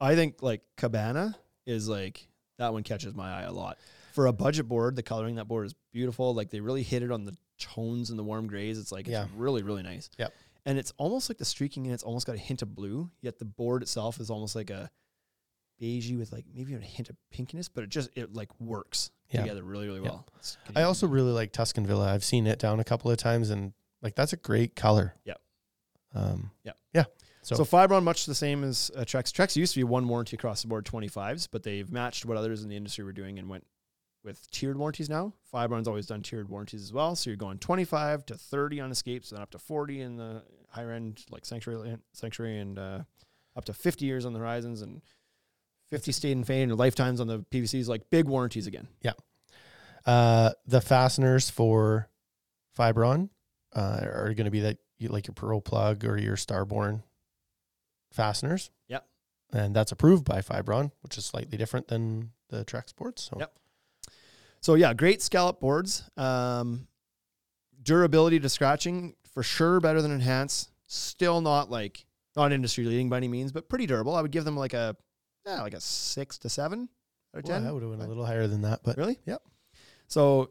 [SPEAKER 2] I think like Cabana is like that one catches my eye a lot. For a budget board, the coloring on that board is beautiful. Like they really hit it on the tones and the warm grays. It's like
[SPEAKER 3] Yeah.
[SPEAKER 2] it's really really nice.
[SPEAKER 3] Yep.
[SPEAKER 2] And it's almost like the streaking and it's almost got a hint of blue. Yet the board itself is almost like a beigey with like maybe a hint of pinkness, but it just it like works
[SPEAKER 3] Yeah.
[SPEAKER 2] together really really
[SPEAKER 3] Yeah.
[SPEAKER 2] well. It's
[SPEAKER 3] I also really like Tuscan Villa. I've seen it down a couple of times and like that's a great color.
[SPEAKER 2] Yep.
[SPEAKER 3] Um
[SPEAKER 2] Yep.
[SPEAKER 3] Yeah.
[SPEAKER 2] So, Fibron, much the same as uh, Trex. Trex used to be one warranty across the board, 25s, but they've matched what others in the industry were doing and went with tiered warranties now. Fibron's always done tiered warranties as well. So you're going 25 to 30 on escapes, then up to 40 in the higher end, like Sanctuary, Sanctuary and uh, up to 50 years on the Horizons and 50 stayed and fade and lifetimes on the PVCs, like big warranties again.
[SPEAKER 3] Uh, the fasteners for Fibron uh, are going to be that you- like your Pro plug or your Starborn fasteners.
[SPEAKER 2] Yep.
[SPEAKER 3] And that's approved by Fibron, which is slightly different than the Trek Sports. So
[SPEAKER 2] Yep. So yeah, great scallop boards. Um, durability to scratching for sure better than enhance. Still not like not industry leading by any means, but pretty durable. I would give them like a yeah, like a six to seven out of
[SPEAKER 3] Well,
[SPEAKER 2] ten.
[SPEAKER 3] I would have been a little higher than that, but
[SPEAKER 2] Really?
[SPEAKER 3] Yep.
[SPEAKER 2] So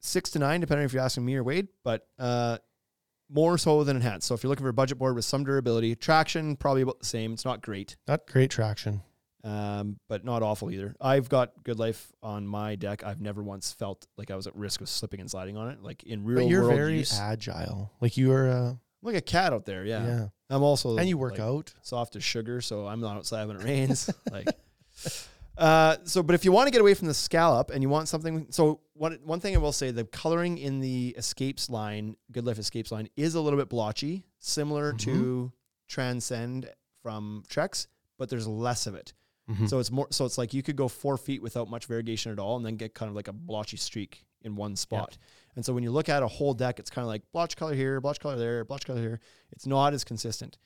[SPEAKER 2] six to nine, depending if you're asking me or Wade, but uh, more so than enhanced. So if you're looking for a budget board with some durability, traction probably about the same. It's not great,
[SPEAKER 3] Not great traction.
[SPEAKER 2] um, but not awful either. I've got Good Life on my deck. I've never once felt like I was at risk of slipping and sliding on it. Like in real
[SPEAKER 3] But you're
[SPEAKER 2] world
[SPEAKER 3] very
[SPEAKER 2] use,
[SPEAKER 3] agile. Like you are, uh,
[SPEAKER 2] I'm like a cat out there. Yeah,
[SPEAKER 3] yeah.
[SPEAKER 2] I'm also
[SPEAKER 3] And you work
[SPEAKER 2] like,
[SPEAKER 3] out.
[SPEAKER 2] soft as sugar, so I'm not outside when it rains. like, uh, so but if you want to get away from the scallop and you want something, so one one thing I will say, the coloring in the escapes line, Good Life escapes line, is a little bit blotchy, similar to Transcend from Trex, but there's less of it.
[SPEAKER 3] Mhm.
[SPEAKER 2] So it's more, so it's like you could go four feet without much variegation at all, and then get kind of like a blotchy streak in one spot. And so when you look at a whole deck, it's kind of like blotch color here, blotch color there, blotch color here. It's not as consistent.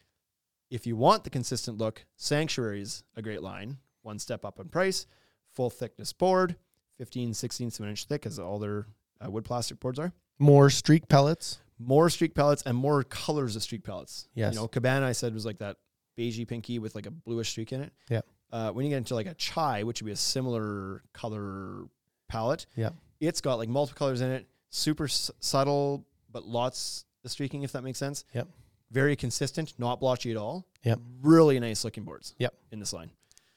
[SPEAKER 2] If you want the consistent look, Sanctuary's a great line. One step up in price, full thickness board, 15 16ths of an inch thick, as all their uh, wood plastic boards are.
[SPEAKER 3] More streak pellets.
[SPEAKER 2] More streak pellets and more colors of streak pellets.
[SPEAKER 3] Yes.
[SPEAKER 2] You know, Cabana, I said, was like that beigey pinky with like a bluish streak in it.
[SPEAKER 3] Yeah.
[SPEAKER 2] Uh, when you get into like a chai, which would be a similar color palette,
[SPEAKER 3] Yeah.
[SPEAKER 2] it's got like multiple colors in it, super s- subtle, but lots of streaking, if that makes sense.
[SPEAKER 3] Yep.
[SPEAKER 2] Very consistent, not blotchy at all.
[SPEAKER 3] Yep.
[SPEAKER 2] Really nice looking boards.
[SPEAKER 3] Yep.
[SPEAKER 2] In this line.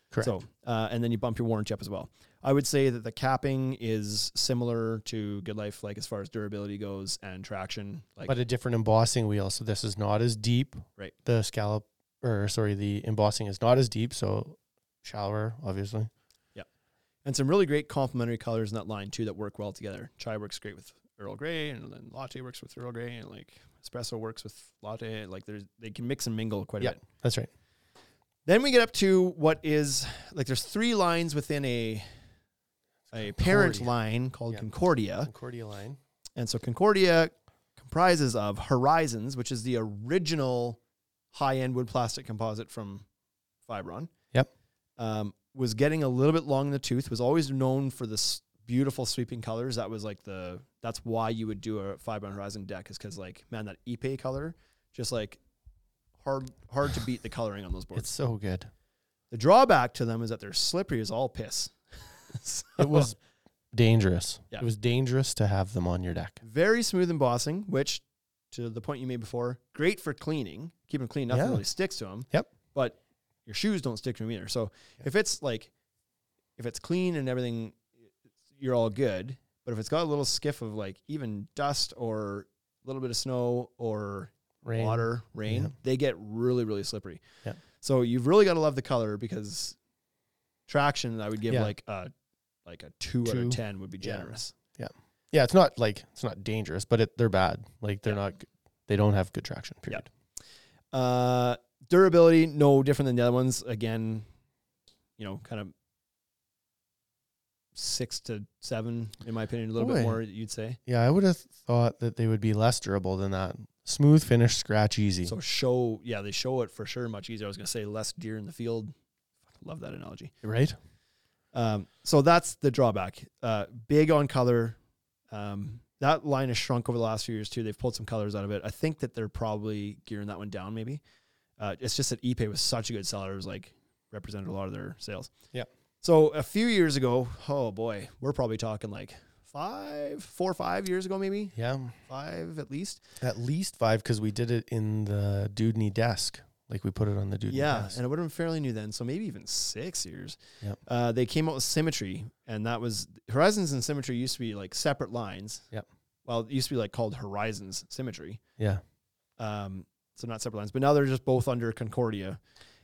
[SPEAKER 3] Correct.
[SPEAKER 2] So, uh, and then you bump your warranty up as well. I would say that the capping is similar to Good Life, like as far as durability goes and traction. Like,
[SPEAKER 3] but a different embossing wheel. So this is not as deep.
[SPEAKER 2] Right.
[SPEAKER 3] The scallop, or sorry, the embossing is not as deep. So shallower, obviously.
[SPEAKER 2] and some really great complementary colors in that line too that work well together. Chai works great with Earl Grey, and then latte works with Earl Grey, and like espresso works with latte. Like, there's they can mix and mingle quite a
[SPEAKER 3] Yeah.
[SPEAKER 2] bit.
[SPEAKER 3] That's right.
[SPEAKER 2] Then we get up to what is like there's three lines within a a parent
[SPEAKER 3] Concordia.
[SPEAKER 2] line called
[SPEAKER 3] Yeah.
[SPEAKER 2] Concordia.
[SPEAKER 3] Concordia line.
[SPEAKER 2] And so Concordia comprises of Horizons, which is the original high-end wood plastic composite from Fibron.
[SPEAKER 3] Yep.
[SPEAKER 2] Um, was getting a little bit long in the tooth, was always known for this beautiful sweeping colors. That was like the that's why you would do a Fibron Horizon deck is because like, man, that Ipe color, just like hard hard to beat the coloring on those boards.
[SPEAKER 3] It's so good.
[SPEAKER 2] The drawback to them is that they're slippery as all piss. So-
[SPEAKER 3] It was dangerous.
[SPEAKER 2] Yeah.
[SPEAKER 3] It was dangerous to have them on your deck.
[SPEAKER 2] very smooth embossing, which to the point you made before, great for cleaning. Keep them clean, nothing
[SPEAKER 3] Yeah.
[SPEAKER 2] really sticks to them.
[SPEAKER 3] Yep.
[SPEAKER 2] But your shoes don't stick to them either. So if it's like, if it's clean and everything, you're all good. But if it's got a little skiff of like even dust or a little bit of snow or
[SPEAKER 3] Rain.
[SPEAKER 2] water, rain,
[SPEAKER 3] Yeah.
[SPEAKER 2] they get really, really slippery.
[SPEAKER 3] Yeah.
[SPEAKER 2] So you've really got to love the color because traction, I would give
[SPEAKER 3] Yeah.
[SPEAKER 2] like a like a two, out
[SPEAKER 3] Two.
[SPEAKER 2] of ten would be
[SPEAKER 3] Yeah.
[SPEAKER 2] generous.
[SPEAKER 3] Yeah, it's not like it's not dangerous, but it, they're bad. Like they're not. g- They don't have good traction. Period.
[SPEAKER 2] Uh, durability, no different than the other ones. Again, you know, kind of six to seven, in my opinion, a little
[SPEAKER 3] Boy.
[SPEAKER 2] bit more, you'd say.
[SPEAKER 3] Yeah, I would have thought that they would be less durable than that. Smooth finish, scratch easy.
[SPEAKER 2] So show, yeah, they show it for sure much easier. I was going to say less deer in the field. Love that analogy.
[SPEAKER 3] right?
[SPEAKER 2] Um, so that's the drawback. Uh, big on color. Um, that line has shrunk over the last few years too. They've pulled some colors out of it. I think that they're probably gearing that one down. Maybe uh, it's just that Ipe was such a good seller. It was like represented a lot of their sales.
[SPEAKER 3] Yeah.
[SPEAKER 2] So a few years ago, oh boy, we're probably talking like five, four or five years ago, maybe
[SPEAKER 3] Yeah,
[SPEAKER 2] five at least.
[SPEAKER 3] at least five because we did it in the Dudney desk. Like we put it on the Dudney
[SPEAKER 2] yeah,
[SPEAKER 3] desk.
[SPEAKER 2] and it would have been fairly new then, so maybe even six years.
[SPEAKER 3] Yep.
[SPEAKER 2] Uh, they came out with Symmetry, and that was Horizons and Symmetry used to be like separate lines.
[SPEAKER 3] Yep.
[SPEAKER 2] Well, it used to be like called Horizons Symmetry,
[SPEAKER 3] yeah,
[SPEAKER 2] um, so not separate lines, but now they're just both under Concordia,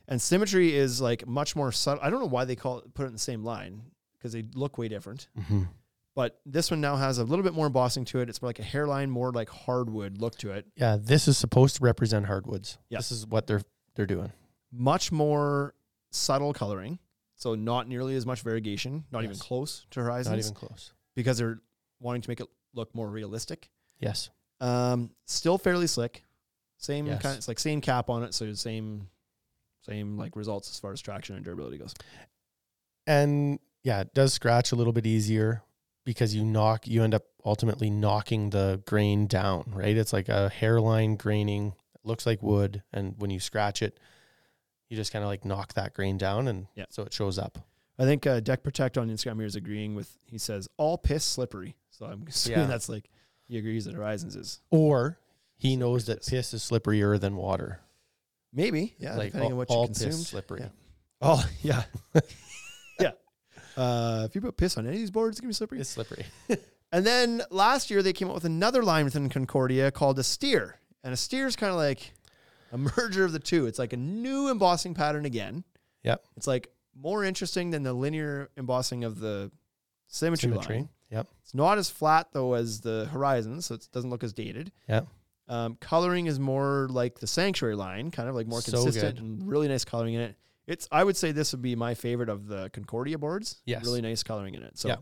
[SPEAKER 2] and Symmetry is like much more subtle. I don't know why they call it, put it in the same line because they look way different.
[SPEAKER 3] Mhm.
[SPEAKER 2] But this one now has a little bit more embossing to it. It's more like a hairline, more like hardwood look to it.
[SPEAKER 3] yeah. This is supposed to represent hardwoods.
[SPEAKER 2] Yeah.
[SPEAKER 3] This is what they're they're doing.
[SPEAKER 2] much more subtle coloring. So not nearly as much variegation, not even
[SPEAKER 3] Yes.
[SPEAKER 2] close to Horizons,
[SPEAKER 3] Not even close.
[SPEAKER 2] because they're wanting to make it look more realistic.
[SPEAKER 3] Yes.
[SPEAKER 2] Um, still fairly slick. Same
[SPEAKER 3] Yes.
[SPEAKER 2] kind. It's like same cap on it, so the same, same like results as far as traction and durability goes.
[SPEAKER 3] and yeah, it does scratch a little bit easier because you knock, you end up ultimately knocking the grain down, right? It's like a hairline graining, it looks like wood, and when you scratch it, you just kind of like knock that grain down, and
[SPEAKER 2] Yeah.
[SPEAKER 3] so it shows up.
[SPEAKER 2] I think uh, Deck Protect on Instagram here is agreeing with. He says all piss slippery. So I'm assuming
[SPEAKER 3] Yeah.
[SPEAKER 2] that's like he agrees that Horizons is
[SPEAKER 3] Or he knows
[SPEAKER 2] Slippery
[SPEAKER 3] that piss is slipperier than water.
[SPEAKER 2] maybe yeah
[SPEAKER 3] like
[SPEAKER 2] Uh, depending
[SPEAKER 3] all,
[SPEAKER 2] on what
[SPEAKER 3] all
[SPEAKER 2] you consumed.
[SPEAKER 3] piss slippery.
[SPEAKER 2] Yeah. Oh yeah, yeah. Uh, if you put piss on any of these boards, it's gonna be slippery.
[SPEAKER 3] It's slippery.
[SPEAKER 2] And then last year they came up with another line within Concordia called a steer. And a steer is kind of like a merger of the two. It's like a new embossing pattern again.
[SPEAKER 3] Yep.
[SPEAKER 2] It's like more interesting than the linear embossing of the symmetry,
[SPEAKER 3] Symmetry.
[SPEAKER 2] line.
[SPEAKER 3] Yep.
[SPEAKER 2] It's not as flat though as the horizon, so it doesn't look as dated.
[SPEAKER 3] Yep.
[SPEAKER 2] Um, coloring is more like the sanctuary line, kind of like more
[SPEAKER 3] So
[SPEAKER 2] consistent
[SPEAKER 3] good.
[SPEAKER 2] and really nice coloring in it. It's I would say this would be my favorite of the Concordia boards.
[SPEAKER 3] Yes.
[SPEAKER 2] Really nice coloring in it. So
[SPEAKER 3] Yeah.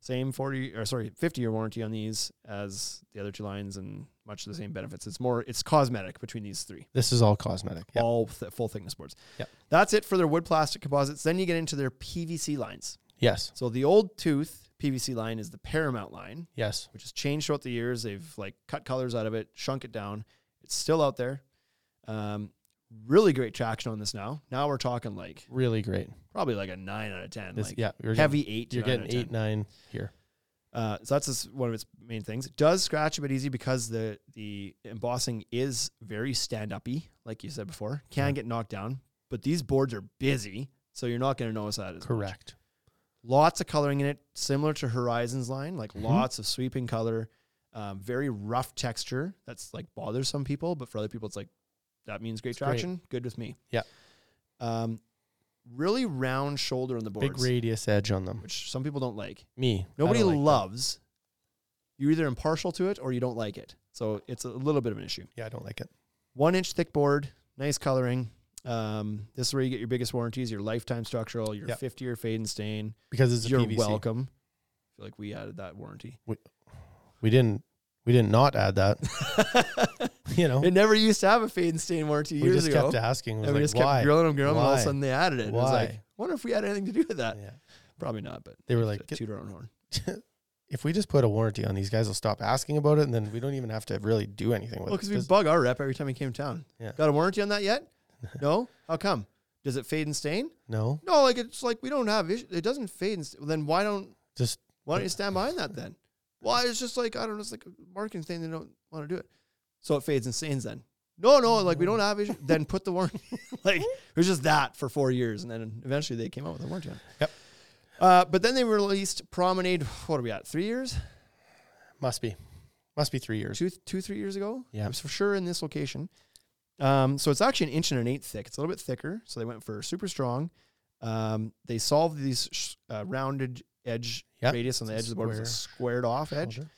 [SPEAKER 2] same 40 or sorry, 50 year warranty on these as the other two lines and much the same benefits. It's more it's cosmetic between these three
[SPEAKER 3] This is all cosmetic. Yep.
[SPEAKER 2] all th- full thickness boards.
[SPEAKER 3] Yep.
[SPEAKER 2] That's it for their wood plastic composites. Then you get into their PVC lines.
[SPEAKER 3] Yes.
[SPEAKER 2] So the old tooth PVC line is the Paramount line,
[SPEAKER 3] Yes.
[SPEAKER 2] which has changed throughout the years. They've like cut colors out of it, shrunk it down. It's still out there. Um, really great traction on this now. Now we're talking like
[SPEAKER 3] Really great.
[SPEAKER 2] probably like a nine out of ten,
[SPEAKER 3] This,
[SPEAKER 2] like
[SPEAKER 3] yeah. You're
[SPEAKER 2] heavy eight. to
[SPEAKER 3] Getting, you're
[SPEAKER 2] nine out of
[SPEAKER 3] getting
[SPEAKER 2] 10.
[SPEAKER 3] eight, nine here.
[SPEAKER 2] Uh, so that's just one of its main things. It does scratch a bit easy because the the embossing is very stand uppy, like you said before. Can
[SPEAKER 3] Yeah.
[SPEAKER 2] get knocked down, but these boards are busy, so you're not going to notice that as much.
[SPEAKER 3] Correct.
[SPEAKER 2] Lots of coloring in it, similar to Horizons line, like
[SPEAKER 3] Mm-hmm.
[SPEAKER 2] lots of sweeping color, um, very rough texture. That's like bothers some people, but for other people, it's like that means great
[SPEAKER 3] It's great.
[SPEAKER 2] traction. Good with me.
[SPEAKER 3] Yeah.
[SPEAKER 2] Um, really round shoulder on the boards,
[SPEAKER 3] Big radius edge on them.
[SPEAKER 2] which some people don't like.
[SPEAKER 3] Me. I
[SPEAKER 2] Nobody
[SPEAKER 3] don't like that.
[SPEAKER 2] loves. You're either impartial to it or you don't like it. So it's a little bit of an issue.
[SPEAKER 3] Yeah, I don't like it.
[SPEAKER 2] One inch thick board, nice coloring. Um, this is where you get your biggest warranties, your lifetime structural, your
[SPEAKER 3] Yep.
[SPEAKER 2] 50 year fade and stain.
[SPEAKER 3] Because it's a
[SPEAKER 2] You're
[SPEAKER 3] PVC.
[SPEAKER 2] welcome. I feel like we added that warranty.
[SPEAKER 3] We didn't. We didn't not add that. you know,
[SPEAKER 2] It never used to have a fade and stain warranty
[SPEAKER 3] we
[SPEAKER 2] years
[SPEAKER 3] just
[SPEAKER 2] ago.
[SPEAKER 3] kept asking. Was
[SPEAKER 2] and we
[SPEAKER 3] like,
[SPEAKER 2] just
[SPEAKER 3] why?
[SPEAKER 2] kept grilling them, grilling them, and all of a
[SPEAKER 3] Why?
[SPEAKER 2] sudden they added it. And It was like,
[SPEAKER 3] Why?
[SPEAKER 2] wonder if we had anything to do with that.
[SPEAKER 3] yeah.
[SPEAKER 2] Probably not, but
[SPEAKER 3] They were like,
[SPEAKER 2] to toot our own horn.
[SPEAKER 3] if we just put a warranty on these guys, will stop asking about it, and then we don't even have to really do anything with
[SPEAKER 2] Well,
[SPEAKER 3] it.
[SPEAKER 2] because we
[SPEAKER 3] Just-
[SPEAKER 2] bug our rep every time he came to town.
[SPEAKER 3] Yeah.
[SPEAKER 2] Got a warranty on that yet? No? How come? Does it fade and stain?
[SPEAKER 3] no,
[SPEAKER 2] No, like it's like we don't have issue. It doesn't fade. And st- then why don't
[SPEAKER 3] just
[SPEAKER 2] why don't you stand behind that then? Why it's just like I don't know. It's like a marketing thing. They don't want to do it, so it fades and stains. Then no, no, like we don't have issue. then put the warranty. like it was just that for four years, and then eventually they came out with a warranty. On it.
[SPEAKER 3] Yep.
[SPEAKER 2] Uh, but then they released Promenade. What are we at? Three years?
[SPEAKER 3] must be, must be three years.
[SPEAKER 2] Two, two, three years ago.
[SPEAKER 3] Yeah.
[SPEAKER 2] it was for sure in this location. Um, so it's actually an inch and an eighth thick. It's a little bit thicker. So they went for super strong. Um, they solved these sh- uh, rounded edge
[SPEAKER 3] Yep.
[SPEAKER 2] radius on the edge of the board with a squared off edge.
[SPEAKER 3] Shoulder.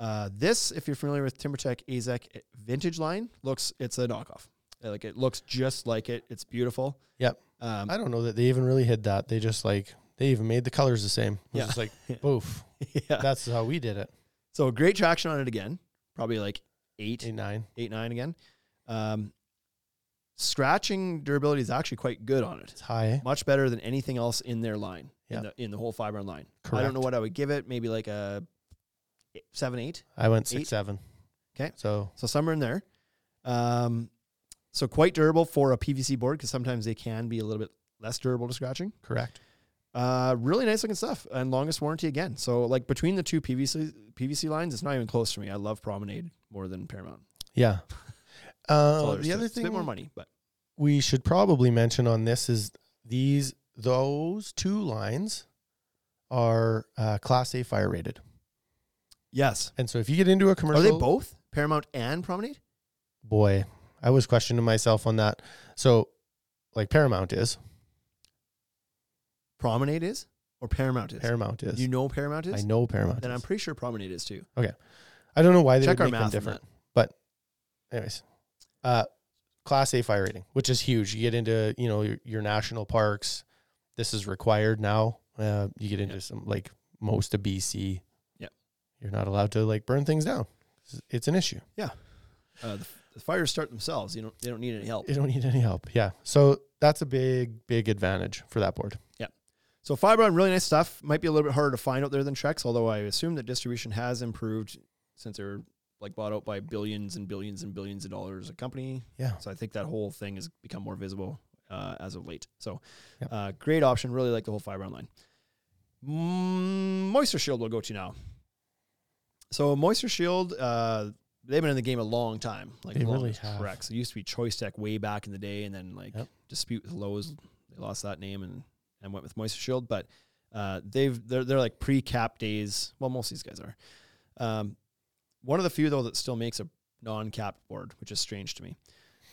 [SPEAKER 2] Uh, this, if you're familiar with TimberTech Azek eh, vintage line, looks it's a knockoff. Uh, Like it looks just like it. It's beautiful.
[SPEAKER 3] Yep.
[SPEAKER 2] Um,
[SPEAKER 3] I don't know that they even really hid that. They just like they even made the colors the same. It was
[SPEAKER 2] Yeah.
[SPEAKER 3] just like boof.
[SPEAKER 2] yeah.
[SPEAKER 3] That's how we did it.
[SPEAKER 2] So great traction on it again. Probably like eight,
[SPEAKER 3] Eight nine.
[SPEAKER 2] eight, nine again. Um, scratching durability is actually quite good on it.
[SPEAKER 3] It's high.
[SPEAKER 2] much better than anything else in their line,
[SPEAKER 3] Yeah.
[SPEAKER 2] in, the, in the whole fiber line. I don't know
[SPEAKER 3] Correct.
[SPEAKER 2] what I would give it, maybe like a eight- seven, eight.
[SPEAKER 3] I went six
[SPEAKER 2] Eight.
[SPEAKER 3] seven.
[SPEAKER 2] 'Kay.
[SPEAKER 3] So
[SPEAKER 2] So somewhere in there. Um, so quite durable for a PVC board because sometimes they can be a little bit less durable to scratching.
[SPEAKER 3] correct.
[SPEAKER 2] Uh, really nice looking stuff and longest warranty again. So like between the two PVC PVC lines, it's not even close for me. I love Promenade more than Paramount.
[SPEAKER 3] Yeah.
[SPEAKER 2] That's all
[SPEAKER 3] Uh,
[SPEAKER 2] there is
[SPEAKER 3] the
[SPEAKER 2] to
[SPEAKER 3] other
[SPEAKER 2] it. it's a
[SPEAKER 3] thing
[SPEAKER 2] bit more money, but
[SPEAKER 3] we should probably mention on this is these those two lines are uh, class A fire rated.
[SPEAKER 2] yes.
[SPEAKER 3] And so if you get into a commercial,
[SPEAKER 2] Are they both Paramount and Promenade?
[SPEAKER 3] Boy, I was questioning myself on that. So, like Paramount is
[SPEAKER 2] Promenade is or Paramount is.
[SPEAKER 3] Paramount is.
[SPEAKER 2] You know Paramount is.
[SPEAKER 3] I know Paramount.
[SPEAKER 2] Then
[SPEAKER 3] is.
[SPEAKER 2] I'm pretty sure Promenade is too.
[SPEAKER 3] I don't know why they
[SPEAKER 2] Check
[SPEAKER 3] would
[SPEAKER 2] our
[SPEAKER 3] make them
[SPEAKER 2] math on
[SPEAKER 3] different. But, anyways, uh, Class A fire rating, which is huge. You get into you know your, your national parks. This is required now. Uh, you get into some like most of BC.
[SPEAKER 2] Yep.
[SPEAKER 3] you're not allowed to like burn things down. It's- It's an issue.
[SPEAKER 2] Uh, the, the fires start themselves. You don't. They don't need any help.
[SPEAKER 3] You don't need any help. Yeah. So that's a big, big advantage for that board.
[SPEAKER 2] So Fibron, really nice stuff. Might be a little bit harder to find out there than Trex, although I assume that distribution has improved since they were like bought out by billions and billions and billions of dollars a company.
[SPEAKER 3] Yeah.
[SPEAKER 2] So I think that whole thing has become more visible. uh, as of late. So,
[SPEAKER 3] Yep.
[SPEAKER 2] uh, great option. Really like the whole fiber online. Mm, Moisture Shield we'll go to now. So Moisture Shield, uh, they've been in the game a long time. Like
[SPEAKER 3] They
[SPEAKER 2] long
[SPEAKER 3] really
[SPEAKER 2] as
[SPEAKER 3] have.
[SPEAKER 2] Correct. So it used to be Choice Tech way back in the day, and then like
[SPEAKER 3] Yep.
[SPEAKER 2] dispute with Lowe's, they lost that name and and went with Moisture Shield. But uh, they've they're they're like pre cap days. Well, most of these guys are. Um, one of the few though that still makes a non cap board, which is strange to me.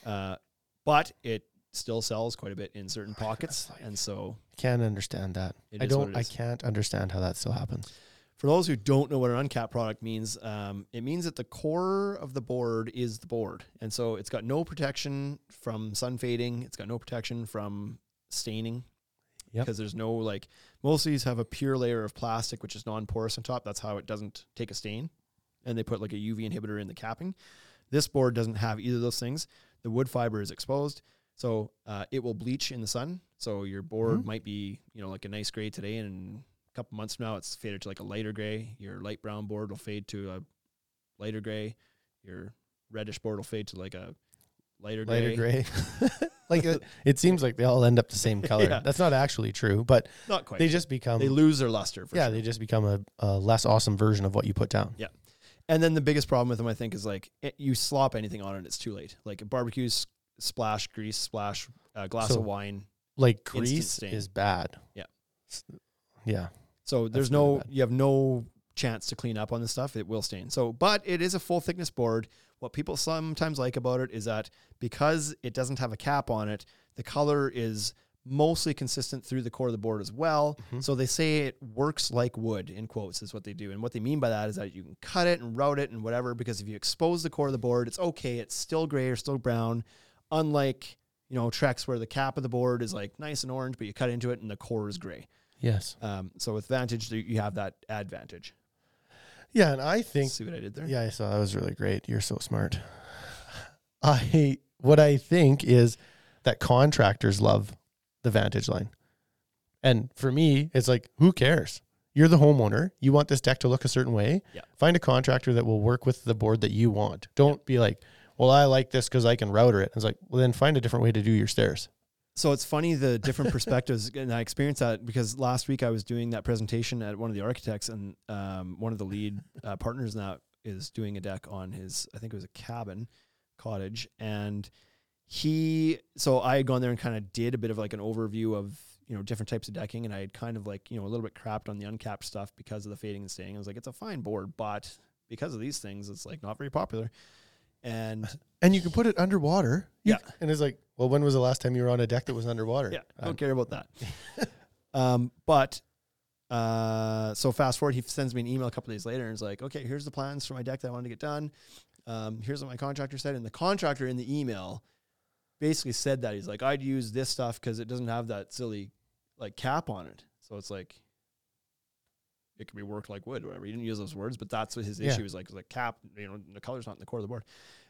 [SPEAKER 2] Uh, but it still sells quite a bit in certain pockets,
[SPEAKER 3] like-
[SPEAKER 2] and so
[SPEAKER 3] Can't understand that.
[SPEAKER 2] It
[SPEAKER 3] I
[SPEAKER 2] is what
[SPEAKER 3] don't.
[SPEAKER 2] it
[SPEAKER 3] I
[SPEAKER 2] is.
[SPEAKER 3] can't understand how that still happens.
[SPEAKER 2] For those who don't know what an uncapped product means, um, it means that the core of the board is the board. And so it's got no protection from sun fading, it's got no protection from staining.
[SPEAKER 3] Yep.
[SPEAKER 2] Because there's no like most of these have a pure layer of plastic which is non-porous on top. That's how it doesn't take a stain. And they put like a UV inhibitor in the capping. This board doesn't have either of those things. The wood fiber is exposed, so uh, it will bleach in the sun. So your board
[SPEAKER 3] Mm-hmm.
[SPEAKER 2] might be, you know, like a nice gray today, and a couple months from now, it's faded to like a lighter gray. Your light brown board will fade to a lighter gray. Your reddish board will fade to like a lighter gray.
[SPEAKER 3] Lighter gray. like it, it seems like they all end up the same color.
[SPEAKER 2] Yeah.
[SPEAKER 3] That's not actually true, but
[SPEAKER 2] Not quite.
[SPEAKER 3] they
[SPEAKER 2] They,
[SPEAKER 3] just become.
[SPEAKER 2] lose their luster. For
[SPEAKER 3] yeah,
[SPEAKER 2] sure.
[SPEAKER 3] they just become a, a less awesome version of what you put down.
[SPEAKER 2] Yeah. And then the biggest problem with them, I think, is like it, you slop anything on it, it's too late. Like a barbecue s- splash, grease splash, a glass
[SPEAKER 3] So-
[SPEAKER 2] of wine.
[SPEAKER 3] Like
[SPEAKER 2] Instant
[SPEAKER 3] grease
[SPEAKER 2] stain.
[SPEAKER 3] is bad.
[SPEAKER 2] Yeah.
[SPEAKER 3] S- Yeah.
[SPEAKER 2] So there's
[SPEAKER 3] really
[SPEAKER 2] no,
[SPEAKER 3] bad.
[SPEAKER 2] you have no chance to clean up on this stuff. It will stain. So, but it is a full thickness board. What people sometimes like about it is that because it doesn't have a cap on it, the color is mostly consistent through the core of the board as well.
[SPEAKER 3] Mm-hmm.
[SPEAKER 2] So they say it works like wood in quotes is what they do. And what they mean by that is that you can cut it and route it and whatever, because if you expose the core of the board, it's okay. It's still gray or still brown. Unlike, you know, Trex where the cap of the board is like nice and orange, but you cut into it and the core is gray.
[SPEAKER 3] Yes.
[SPEAKER 2] Um, so with Vantage, th- you have that advantage.
[SPEAKER 3] Yeah, and I think
[SPEAKER 2] See what I did there?
[SPEAKER 3] Yeah, I saw that was really great. You're so smart. I what I think is that contractors love the Vantage line. And for me, it's like, who cares? You're the homeowner. You want this deck to look a certain way.
[SPEAKER 2] Yeah.
[SPEAKER 3] Find a contractor that will work with the board that you want. Don't be like, well, I like this because I can router it. It's like, well, then find a different way to do your stairs.
[SPEAKER 2] So it's funny the different perspectives, and I experienced that because last week I was doing that presentation at one of the architects, and um, one of the lead uh, partners now is doing a deck on his, I think it was a cabin, cottage, and he. So I had gone there and kind of did a bit of like an overview of you know different types of decking, and I had kind of like you know a little bit crapped on the uncapped stuff because of the fading and staying. I was like, it's a fine board, but because of these things, it's like not very popular. And
[SPEAKER 3] And you can put it underwater. You-
[SPEAKER 2] Yeah.
[SPEAKER 3] And it's like, well, when was the last time you were on a deck that was underwater?
[SPEAKER 2] Yeah, I
[SPEAKER 3] Um,
[SPEAKER 2] don't care about that. um, but uh, so fast forward, he sends me an email a couple days later and is like, "Okay, here's the plans for my deck that I wanted to get done. Um, here's what my contractor said." And the contractor in the email basically said that he's like, "I'd use this stuff because it doesn't have that silly like cap on it." So it's like. It can be worked like wood, whatever. He didn't use those words, but that's what his
[SPEAKER 3] Yeah.
[SPEAKER 2] issue is like. The cap, you know, the color's not in the core of the board,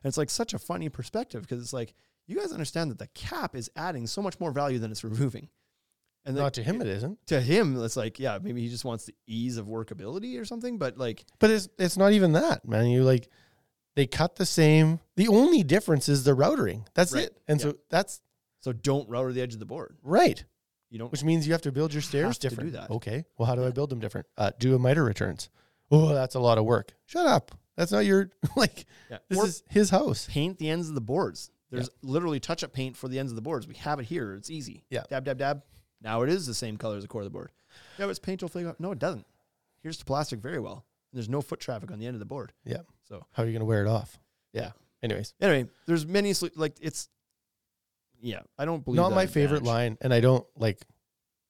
[SPEAKER 2] and it's like such a funny perspective because it's like you guys understand that the cap is adding so much more value than it's removing. And
[SPEAKER 3] Not
[SPEAKER 2] that,
[SPEAKER 3] to him, it isn't.
[SPEAKER 2] to him, it's like, yeah, maybe he just wants the ease of workability or something, but like,
[SPEAKER 3] But it's it's not even that, man. You like they cut the same. The only difference is the routering. That's
[SPEAKER 2] Right.
[SPEAKER 3] it. And
[SPEAKER 2] Yeah.
[SPEAKER 3] so that's
[SPEAKER 2] so don't router the edge of the board.
[SPEAKER 3] right.
[SPEAKER 2] You don't,
[SPEAKER 3] Which means you have to build your stairs
[SPEAKER 2] have to do
[SPEAKER 3] different.
[SPEAKER 2] that.
[SPEAKER 3] Okay. Well, how do I build them different? Uh, do a miter returns. Oh, that's a lot of work. Shut up. That's not your like.
[SPEAKER 2] yeah.
[SPEAKER 3] This
[SPEAKER 2] or
[SPEAKER 3] is his house.
[SPEAKER 2] paint the ends of the boards. There's literally touch up paint for the ends of the boards. We have it here. It's easy.
[SPEAKER 3] Yeah.
[SPEAKER 2] Dab, dab, dab. Now it is the same color as the core of the board. Yeah, but it's paint will flake off. No, it doesn't. Here's the plastic very well. There's no foot traffic on the end of the board.
[SPEAKER 3] Yeah.
[SPEAKER 2] So
[SPEAKER 3] How are you gonna wear it off?
[SPEAKER 2] Yeah.
[SPEAKER 3] Anyways,
[SPEAKER 2] anyway, there's many, solu- like it's, yeah, I don't believe
[SPEAKER 3] not
[SPEAKER 2] that
[SPEAKER 3] my
[SPEAKER 2] advantage.
[SPEAKER 3] favorite line, and I don't like.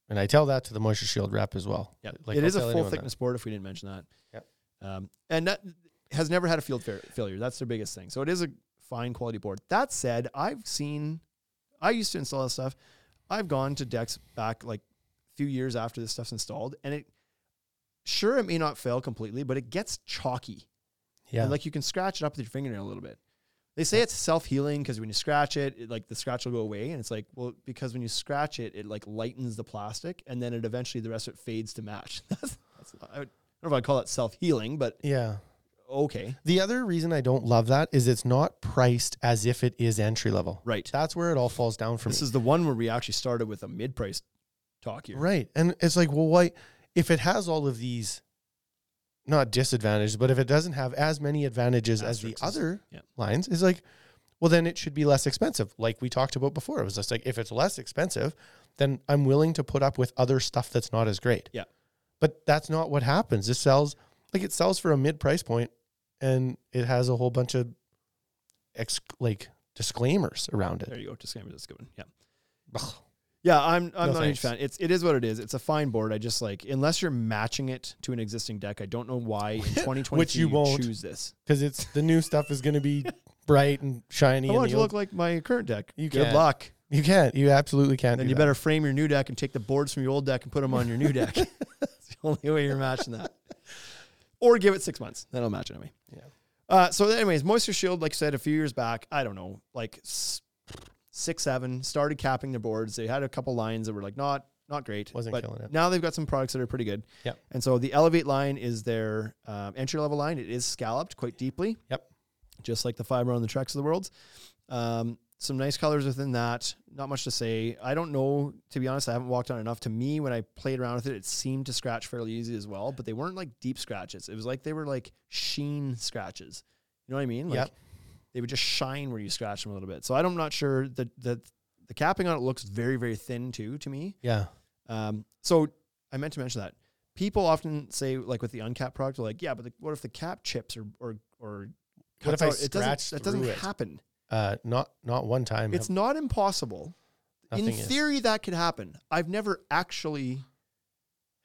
[SPEAKER 3] And I tell that to the moisture shield rep as well.
[SPEAKER 2] Yeah,
[SPEAKER 3] Like,
[SPEAKER 2] it
[SPEAKER 3] I'll
[SPEAKER 2] is
[SPEAKER 3] tell
[SPEAKER 2] a full
[SPEAKER 3] anyone that.
[SPEAKER 2] thickness board. If we didn't mention that,
[SPEAKER 3] Yep.
[SPEAKER 2] um, and that has never had a field fair, failure. That's their biggest thing. So it is a fine quality board. That said, I've seen, I used to install this stuff. I've gone to decks back like a few years after this stuff's installed, and it sure it may not fail completely, but it gets chalky.
[SPEAKER 3] Yeah.
[SPEAKER 2] And like you can scratch it up with your fingernail a little bit. They say it's self healing because when you scratch it, it, like the scratch will go away. And it's like, well, because when you scratch it, it like lightens the plastic and then it eventually the rest of it fades to match. that's, that's, I, would, I don't know if I call it self healing, but
[SPEAKER 3] yeah.
[SPEAKER 2] Okay.
[SPEAKER 3] The other reason I don't love that is it's not priced as if it is entry level.
[SPEAKER 2] Right.
[SPEAKER 3] That's where it all falls down for
[SPEAKER 2] This
[SPEAKER 3] me.
[SPEAKER 2] is the one where we actually started with a mid price talk here.
[SPEAKER 3] right. And it's like, well, why if it has all of these not disadvantages, but if it doesn't have as many advantages
[SPEAKER 2] Asterisks.
[SPEAKER 3] as the other
[SPEAKER 2] Yeah.
[SPEAKER 3] lines, is like, well, then it should be less expensive. Like we talked about before. It was just like if it's less expensive, then I'm willing to put up with other stuff that's not as great.
[SPEAKER 2] Yeah.
[SPEAKER 3] But that's not what happens. It sells like it sells for a mid price point and it has a whole bunch of ex- like disclaimers around
[SPEAKER 2] There
[SPEAKER 3] it.
[SPEAKER 2] you go. Disclaimer. That's a good one. Yeah.
[SPEAKER 3] Ugh.
[SPEAKER 2] Yeah, I'm I'm
[SPEAKER 3] No
[SPEAKER 2] not a huge
[SPEAKER 3] thanks.
[SPEAKER 2] fan. It's it is what it is. It's a fine board. I just like unless you're matching it to an existing deck. I don't know why in 2022
[SPEAKER 3] Which you won't.
[SPEAKER 2] choose this.
[SPEAKER 3] Cuz it's the new stuff is going to be bright and shiny
[SPEAKER 2] I
[SPEAKER 3] and
[SPEAKER 2] want it
[SPEAKER 3] the
[SPEAKER 2] to look
[SPEAKER 3] old,
[SPEAKER 2] like my current deck.
[SPEAKER 3] You
[SPEAKER 2] Good
[SPEAKER 3] can't.
[SPEAKER 2] luck.
[SPEAKER 3] you can't. You absolutely can't.
[SPEAKER 2] Then
[SPEAKER 3] do
[SPEAKER 2] you
[SPEAKER 3] that.
[SPEAKER 2] better frame your new deck and take the boards from your old deck and put them on your new deck. It's the only way you're matching that. Or give it six months. Then I'll match it anyway.
[SPEAKER 3] Yeah.
[SPEAKER 2] Uh, so, anyways, Moisture Shield, like I said a few years back, I don't know, like s- six, seven, started capping their boards. They had a couple lines that were like not not great.
[SPEAKER 3] Wasn't
[SPEAKER 2] but
[SPEAKER 3] killing it.
[SPEAKER 2] Now they've got some products that are pretty good.
[SPEAKER 3] Yep.
[SPEAKER 2] And so the Elevate line is their um, entry level line. It is scalloped quite deeply
[SPEAKER 3] Yep.
[SPEAKER 2] just like the fiber on the tracks of the world. Um, some nice colors within that. Not much to say. I don't know. To be honest, I haven't walked on enough. To me, when I played around with it, it seemed to scratch fairly easy as well. But they weren't like deep scratches. It was like they were like sheen scratches. You know what I mean? Like
[SPEAKER 3] Yep.
[SPEAKER 2] they would just shine where you scratch them a little bit. So I'm not sure that the, the capping on it looks very very thin too to me.
[SPEAKER 3] Yeah.
[SPEAKER 2] Um, so I meant to mention that people often say like with the uncapped product, they're like, yeah, but the, what if the cap chips or or or
[SPEAKER 3] What
[SPEAKER 2] cuts
[SPEAKER 3] if I
[SPEAKER 2] out?" it
[SPEAKER 3] scratch
[SPEAKER 2] doesn't, that doesn't
[SPEAKER 3] through it?
[SPEAKER 2] happen.
[SPEAKER 3] Uh, not not one time.
[SPEAKER 2] It's not impossible.
[SPEAKER 3] Nothing
[SPEAKER 2] In
[SPEAKER 3] is
[SPEAKER 2] theory, that could happen. I've never actually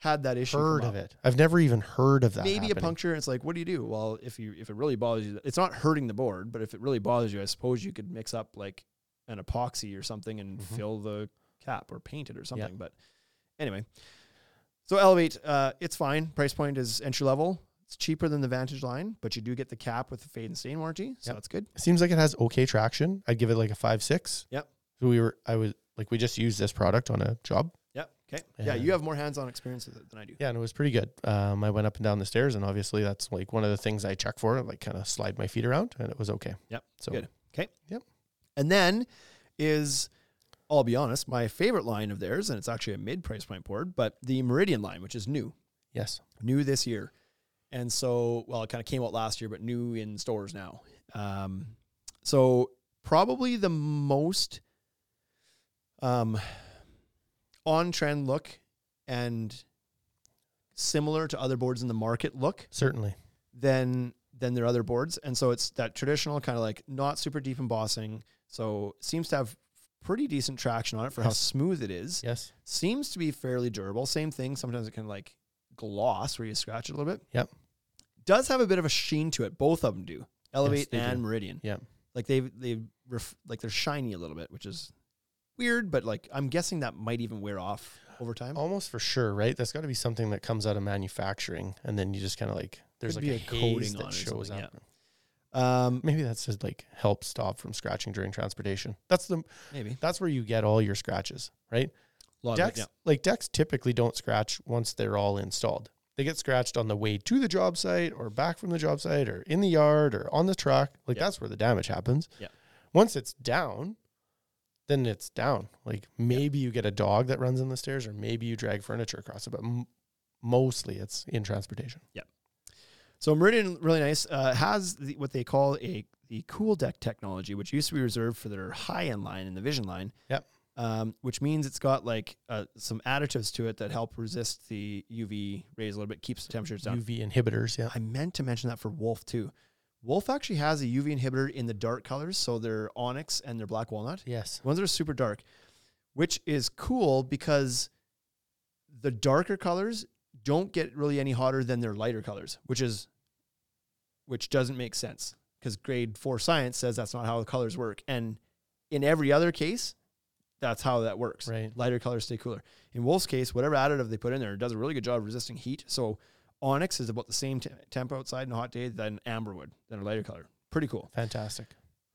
[SPEAKER 2] had that issue.
[SPEAKER 3] heard
[SPEAKER 2] come
[SPEAKER 3] of
[SPEAKER 2] up.
[SPEAKER 3] it. I've never even heard of that.
[SPEAKER 2] Maybe a
[SPEAKER 3] happening.
[SPEAKER 2] puncture. It's like, what do you do? Well, if you if it really bothers you, it's not hurting the board, but if it really bothers you, I suppose you could mix up like an epoxy or something and
[SPEAKER 3] Mhm.
[SPEAKER 2] fill the cap or paint it or something. But anyway, so Elevate, uh, it's fine. Price point is entry level. It's cheaper than the Vantage line, but you do get the cap with the fade and stain warranty, so
[SPEAKER 3] Yep.
[SPEAKER 2] that's good.
[SPEAKER 3] It seems like it has okay traction. I'd give it like a five six.
[SPEAKER 2] Yep.
[SPEAKER 3] So we were. I was like, we just used this product on a job.
[SPEAKER 2] Yep. Okay. Yeah,
[SPEAKER 3] And-
[SPEAKER 2] you have more hands-on experience with it than I do.
[SPEAKER 3] Yeah, and it was pretty good. Um, I went up and down the stairs, and obviously that's like one of the things I check for. Like, kind of slide my feet around, and it was okay.
[SPEAKER 2] Yep.
[SPEAKER 3] So
[SPEAKER 2] Good. Okay.
[SPEAKER 3] Yep.
[SPEAKER 2] And then is, I'll be honest, my favorite line of theirs, and it's actually a mid price point board, but the Meridian line, which is new,
[SPEAKER 3] yes,
[SPEAKER 2] new this year. And so, well, it kind of came out last year, but new in stores now. Um, so, probably the most um, on trend look and similar to other boards in the market look
[SPEAKER 3] certainly.
[SPEAKER 2] than than their other boards. And so it's that traditional kind of like not super deep embossing. So it seems to have pretty decent traction on it for how
[SPEAKER 3] Yes.
[SPEAKER 2] smooth it is.
[SPEAKER 3] Yes.
[SPEAKER 2] Seems to be fairly durable. Same thing. Sometimes it can like gloss where you scratch it a little bit.
[SPEAKER 3] Yep.
[SPEAKER 2] Does have a bit of a sheen to it. Both of them do. Elevate
[SPEAKER 3] they do.
[SPEAKER 2] and Meridian.
[SPEAKER 3] Yep.
[SPEAKER 2] Like they've they've ref, like they're shiny a little bit, which is weird, but like I'm guessing that might even wear off over time.
[SPEAKER 3] Almost for sure, right? That's got to be something that comes out of manufacturing, and then you just kind of like there's
[SPEAKER 2] Could
[SPEAKER 3] like
[SPEAKER 2] be
[SPEAKER 3] a,
[SPEAKER 2] a coating
[SPEAKER 3] haze
[SPEAKER 2] on it or
[SPEAKER 3] that shows
[SPEAKER 2] something,
[SPEAKER 3] up.
[SPEAKER 2] Um,
[SPEAKER 3] Maybe that's just like help stop from scratching during transportation. That's the
[SPEAKER 2] maybe.
[SPEAKER 3] that's where you get all your scratches, right?
[SPEAKER 2] A lot of it,
[SPEAKER 3] decks
[SPEAKER 2] yeah.
[SPEAKER 3] like decks typically don't scratch once they're all installed. They get scratched on the way to the job site or back from the job site or in the yard or on the truck. Like
[SPEAKER 2] Yeah.
[SPEAKER 3] that's where the damage happens.
[SPEAKER 2] Yeah.
[SPEAKER 3] Once it's down, then it's down. Like maybe you get a dog that runs in the stairs or maybe you drag furniture across it, but m- mostly it's in transportation.
[SPEAKER 2] So Meridian, really nice, uh, has the, what they call a the cool deck technology, which used to be reserved for their high end line and the Vision line.
[SPEAKER 3] Yep.
[SPEAKER 2] Um, which means it's got like uh, some additives to it that help resist the UV rays a little bit, keeps the temperatures down.
[SPEAKER 3] UV inhibitors, yeah.
[SPEAKER 2] I meant to mention that for Wolf too. Wolf actually has a UV inhibitor in the dark colors, so their onyx and their black walnut
[SPEAKER 3] Yes.
[SPEAKER 2] ones that are super dark, which is cool because the darker colors don't get really any hotter than their lighter colors, which is which doesn't make sense because grade four science says that's not how the colors work. And in every other case, that's how that works.
[SPEAKER 3] Right.
[SPEAKER 2] Lighter colors stay cooler. In Wolf's case, whatever additive they put in there does a really good job of resisting heat. So onyx is about the same te- temp outside in a hot day than amber would, than a lighter color. Pretty cool.
[SPEAKER 3] Fantastic.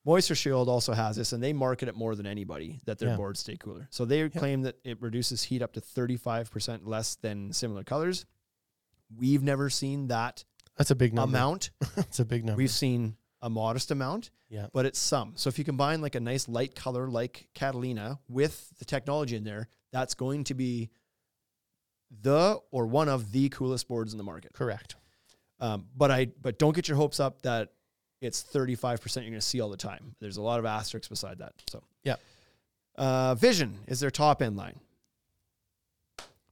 [SPEAKER 2] Moisture Shield also has this, and they market it more than anybody that their
[SPEAKER 3] Yeah.
[SPEAKER 2] boards stay cooler. So they claim that it reduces heat up to 35% less than similar colors. We've never seen that
[SPEAKER 3] That's a big number.
[SPEAKER 2] amount.
[SPEAKER 3] That's a big number.
[SPEAKER 2] We've seen a modest amount,
[SPEAKER 3] yeah.
[SPEAKER 2] but it's some. So if you combine like a nice light color like Catalina with the technology in there, that's going to be the or one of the coolest boards in the market.
[SPEAKER 3] Correct.
[SPEAKER 2] Um, but I but don't get your hopes up that it's 35% you're going to see all the time. There's a lot of asterisks beside that. So
[SPEAKER 3] Yeah.
[SPEAKER 2] uh, Vision is their top end line.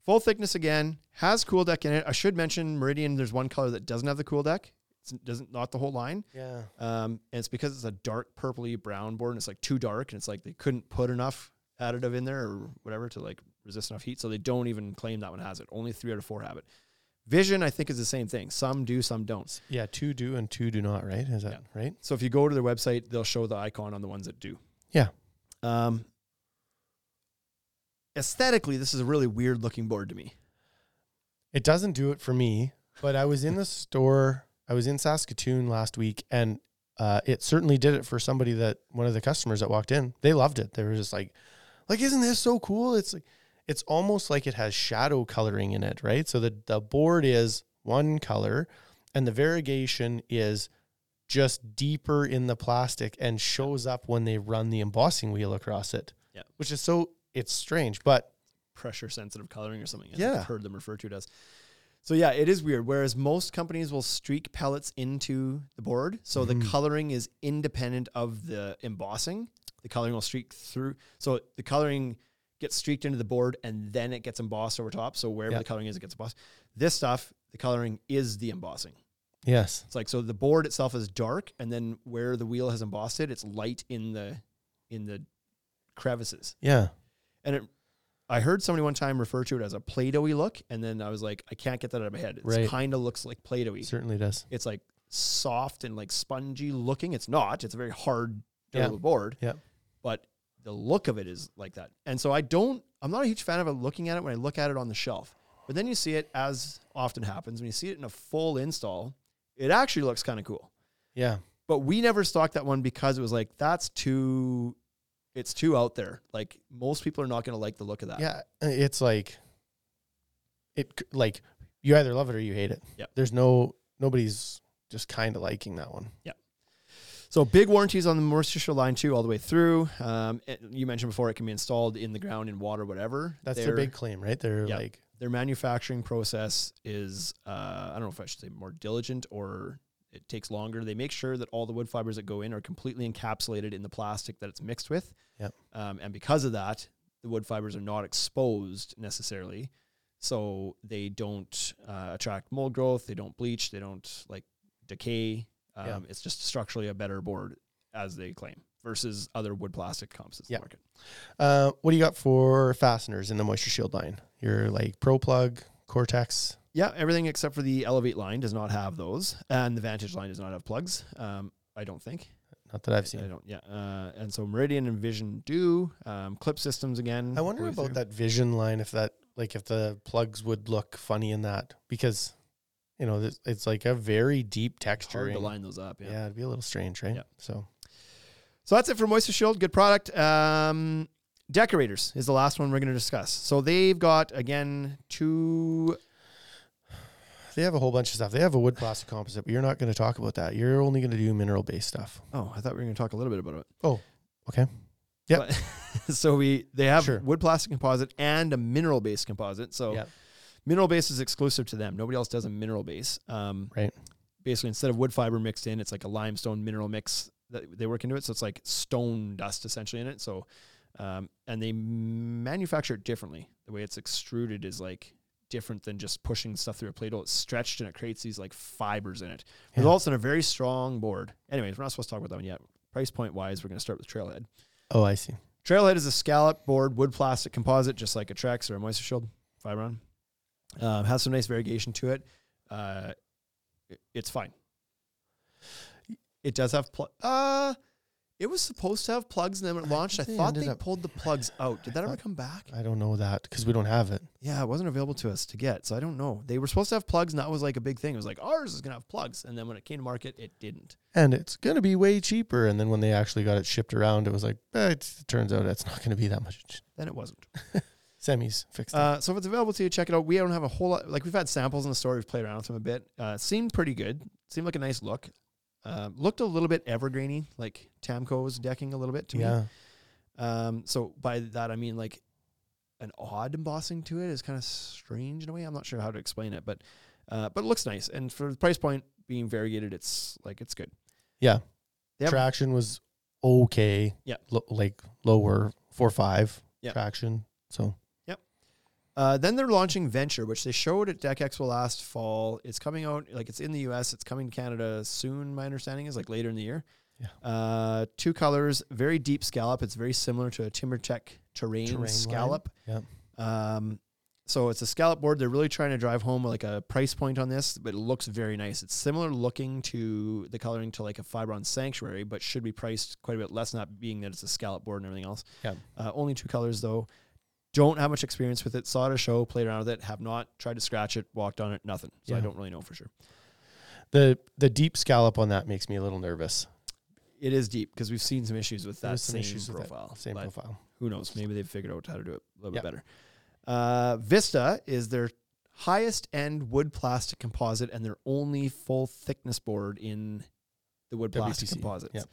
[SPEAKER 2] Full thickness again has cool deck in it. I should mention Meridian. There's one color that doesn't have the cool deck. It's doesn't not the whole line.
[SPEAKER 3] Yeah.
[SPEAKER 2] Um, and it's because it's a dark purpley brown board and it's like too dark and it's like they couldn't put enough additive in there or whatever to like resist enough heat. So they don't even claim that one has it. Only three out of four have it. Vision, I think, is the same thing. Some do, some don't.
[SPEAKER 3] Yeah. Two do and two do not, right? Is that right?
[SPEAKER 2] So if you go to their website, they'll show the icon on the ones that do.
[SPEAKER 3] Yeah.
[SPEAKER 2] Um, aesthetically, this is a really weird looking board to me.
[SPEAKER 3] It doesn't do it for me, but I was in the store. I was in Saskatoon last week, and uh, it certainly did it for somebody that one of the customers that walked in. They loved it. They were just like, like, isn't this so cool? It's like, it's almost like it has shadow coloring in it, right? So the the board is one color, and the variegation is just deeper in the plastic and shows up when they run the embossing wheel across it.
[SPEAKER 2] Yeah.
[SPEAKER 3] which is so it's strange, but
[SPEAKER 2] pressure sensitive coloring or something. I think
[SPEAKER 3] Yeah.
[SPEAKER 2] I've heard them referred to it as. So yeah, it is weird. Whereas most companies will streak pellets into the board, so the
[SPEAKER 3] Mm-hmm.
[SPEAKER 2] coloring is independent of the embossing. The coloring will streak through. So the coloring gets streaked into the board, and then it gets embossed over top. So wherever
[SPEAKER 3] Yeah.
[SPEAKER 2] the coloring is, it gets embossed. This stuff, the coloring is the embossing.
[SPEAKER 3] yes,
[SPEAKER 2] It's like so the board itself is dark, and then where the wheel has embossed it, it's light in the in the crevices
[SPEAKER 3] yeah.
[SPEAKER 2] and it, I heard somebody one time refer to it as a Play-Doh-y look, and then I was like, I can't get that out of my head. It
[SPEAKER 3] Right.
[SPEAKER 2] kind of looks like Play-Doh-y.
[SPEAKER 3] It certainly does.
[SPEAKER 2] It's like soft and like spongy looking. It's not. It's a very hard
[SPEAKER 3] Yeah.
[SPEAKER 2] durable board.
[SPEAKER 3] Yeah.
[SPEAKER 2] But the look of it is like that. And so I don't. I'm not a huge fan of it looking at it when I look at it on the shelf. But then you see it as often happens when you see it in a full install. It actually looks kind of cool.
[SPEAKER 3] Yeah.
[SPEAKER 2] But we never stocked that one because it was like that's too. It's too out there. Like most people are not going to like the look of that.
[SPEAKER 3] Yeah, uh, it's like it c- like you either love it or you hate it.
[SPEAKER 2] Yep.
[SPEAKER 3] There's no nobody's just kind of liking that one.
[SPEAKER 2] So big warranties on the Mauritius line too, all the way through. Um, it- you mentioned before it can be installed in the ground in water, whatever.
[SPEAKER 3] That's their, big claim, right? They're
[SPEAKER 2] Yeah.
[SPEAKER 3] like
[SPEAKER 2] Their manufacturing process is uh, I don't know if I should say more diligent or it takes longer. They make sure that all the wood fibers that go in are completely encapsulated in the plastic that it's mixed with.
[SPEAKER 3] Yep.
[SPEAKER 2] Um, and because of that, the wood fibers are not exposed necessarily, so they don't uh, attract mold growth. They don't bleach. They don't like decay. Um,
[SPEAKER 3] Yeah.
[SPEAKER 2] It's just structurally a better board, as they claim, versus other wood plastic composites in
[SPEAKER 3] Yeah.
[SPEAKER 2] the market.
[SPEAKER 3] uh, what do you got for fasteners in the moisture shield line? Your like pro plug, cortex.
[SPEAKER 2] Yeah, everything except for the Elevate line does not have those, and the Vantage line does not have plugs. Um, I don't think.
[SPEAKER 3] Not that I've
[SPEAKER 2] I
[SPEAKER 3] seen.
[SPEAKER 2] don't. Yeah, uh, and so Meridian and Vision do um, clip systems again.
[SPEAKER 3] I wonder
[SPEAKER 2] all the way
[SPEAKER 3] about
[SPEAKER 2] through.
[SPEAKER 3] that vision line if that like if the plugs would look funny in that because you know this- it's like a very deep
[SPEAKER 2] It's hard
[SPEAKER 3] texture.
[SPEAKER 2] to line those up.
[SPEAKER 3] Yeah.
[SPEAKER 2] Yeah.
[SPEAKER 3] it'd be a little strange, right?
[SPEAKER 2] Yeah.
[SPEAKER 3] So
[SPEAKER 2] So that's it for Moisture Shield. Good product. Um, Decorators is the last one we're going to discuss. So they've got again two.
[SPEAKER 3] They have a whole bunch of stuff. They have a wood plastic composite, but you're not going to talk about that. You're only going to do mineral based stuff.
[SPEAKER 2] Oh, I thought we were going to talk a little bit about it.
[SPEAKER 3] Oh, okay. Yep.
[SPEAKER 2] But- so we they have
[SPEAKER 3] Sure.
[SPEAKER 2] wood plastic composite and a mineral based composite. So
[SPEAKER 3] Yep.
[SPEAKER 2] mineral base is exclusive to them. Nobody else does a mineral base. Um,
[SPEAKER 3] Right.
[SPEAKER 2] Basically, instead of wood fiber mixed in, it's like a limestone mineral mix that they work into it. So it's like stone dust essentially in it. So, um, and they manufacture it differently. The way it's extruded is like different than just pushing stuff through a play doh. It's stretched and it creates these like fibers in it.
[SPEAKER 3] Yeah.
[SPEAKER 2] Results in a very strong board. Anyways, we're not supposed to talk about that one yet. Price point wise, we're going to start with Trailhead.
[SPEAKER 3] Oh, I see.
[SPEAKER 2] Trailhead is a scallop board, wood plastic composite, just like a Trex or a Moisture Shield Fibron. Um, has some nice variegation to it. Uh, it- it's fine. It does have plug. Uh, it was supposed to have plugs, and then when it launched, I
[SPEAKER 3] they
[SPEAKER 2] thought
[SPEAKER 3] ended
[SPEAKER 2] they
[SPEAKER 3] up-
[SPEAKER 2] pulled the plugs out. Did that ever
[SPEAKER 3] thought-
[SPEAKER 2] come back?
[SPEAKER 3] I don't know that because we don't have it.
[SPEAKER 2] Yeah, it wasn't available to us to get, so I don't know. They were supposed to have plugs, and that was like a big thing. It was like ours is gonna have plugs, and then when it came to market, it didn't.
[SPEAKER 3] And it's going to be way cheaper. And then when they actually got it shipped around, it was like, eh, it's- it turns out it's not going to be that much.
[SPEAKER 2] Then it wasn't.
[SPEAKER 3] Semis fixed. it.
[SPEAKER 2] Uh, so if it's available to you, check it out. We don't have a whole lot. Like we've had samples in the store. We've played around with them a bit. Uh, seemed pretty good. Seemed like a nice look. Um, looked a little bit evergreeny, like Tamco's decking a little bit to
[SPEAKER 3] yeah.
[SPEAKER 2] me. Um, so by that I mean like an odd embossing to it is kind of strange in a way. I'm not sure how to explain it, but uh, but it looks nice. And for the price point being variegated, it's like it's good.
[SPEAKER 3] Yeah.
[SPEAKER 2] Yep.
[SPEAKER 3] Traction was okay.
[SPEAKER 2] Yeah.
[SPEAKER 3] Lo- like lower four five
[SPEAKER 2] Yeah.
[SPEAKER 3] traction. So
[SPEAKER 2] Uh, then they're launching Venture, which they showed at Deck Expo last fall. It's coming out, like it's in the U.S. It's coming to Canada soon. My understanding is like later in the year.
[SPEAKER 3] Yeah.
[SPEAKER 2] Uh, two colors, very deep scallop. It's very similar to a TimberTech terrain,
[SPEAKER 3] Terrain line.
[SPEAKER 2] scallop.
[SPEAKER 3] Yep.
[SPEAKER 2] Um, so it's a scallop board. They're really trying to drive home like a price point on this, but it looks very nice. It's similar looking to the coloring to like a Fibron Sanctuary, but should be priced quite a bit less, not being that it's a scallop board and everything else.
[SPEAKER 3] yeah.
[SPEAKER 2] Uh, only two colors though. Don't have much experience with it. Saw it at a show, played around with it. Have not tried to scratch it, walked on it, nothing. So I
[SPEAKER 3] Yeah.
[SPEAKER 2] don't really know for sure.
[SPEAKER 3] The the deep scallop on that makes me a little nervous.
[SPEAKER 2] It is deep because we've seen some issues with that
[SPEAKER 3] There's some
[SPEAKER 2] same
[SPEAKER 3] issues with that
[SPEAKER 2] profile.
[SPEAKER 3] Same
[SPEAKER 2] Oh, but
[SPEAKER 3] profile.
[SPEAKER 2] Who knows? Maybe they've figured out how to do it a little
[SPEAKER 3] Yeah.
[SPEAKER 2] bit better. Uh, Vista is their highest end wood plastic composite and their only full thickness board in the wood plastic
[SPEAKER 3] WPC,
[SPEAKER 2] composites.
[SPEAKER 3] yeah.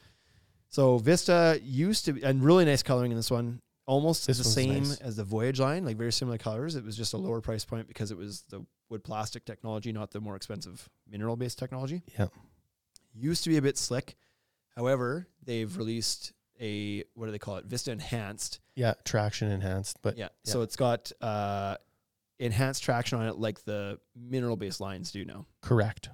[SPEAKER 2] So Vista used to be, and really nice coloring in this one. Almost
[SPEAKER 3] This
[SPEAKER 2] the
[SPEAKER 3] one's
[SPEAKER 2] same
[SPEAKER 3] nice.
[SPEAKER 2] as the Voyage line, like very similar colors. It was just a lower price point because it was the wood plastic technology, not the more expensive mineral based technology.
[SPEAKER 3] Yeah.
[SPEAKER 2] Used to be a bit slick. However, they've released a what do they call it? Vista Enhanced.
[SPEAKER 3] Yeah, traction enhanced, but
[SPEAKER 2] Yeah. So it's got uh, enhanced traction on it like the mineral based lines do now.
[SPEAKER 3] correct.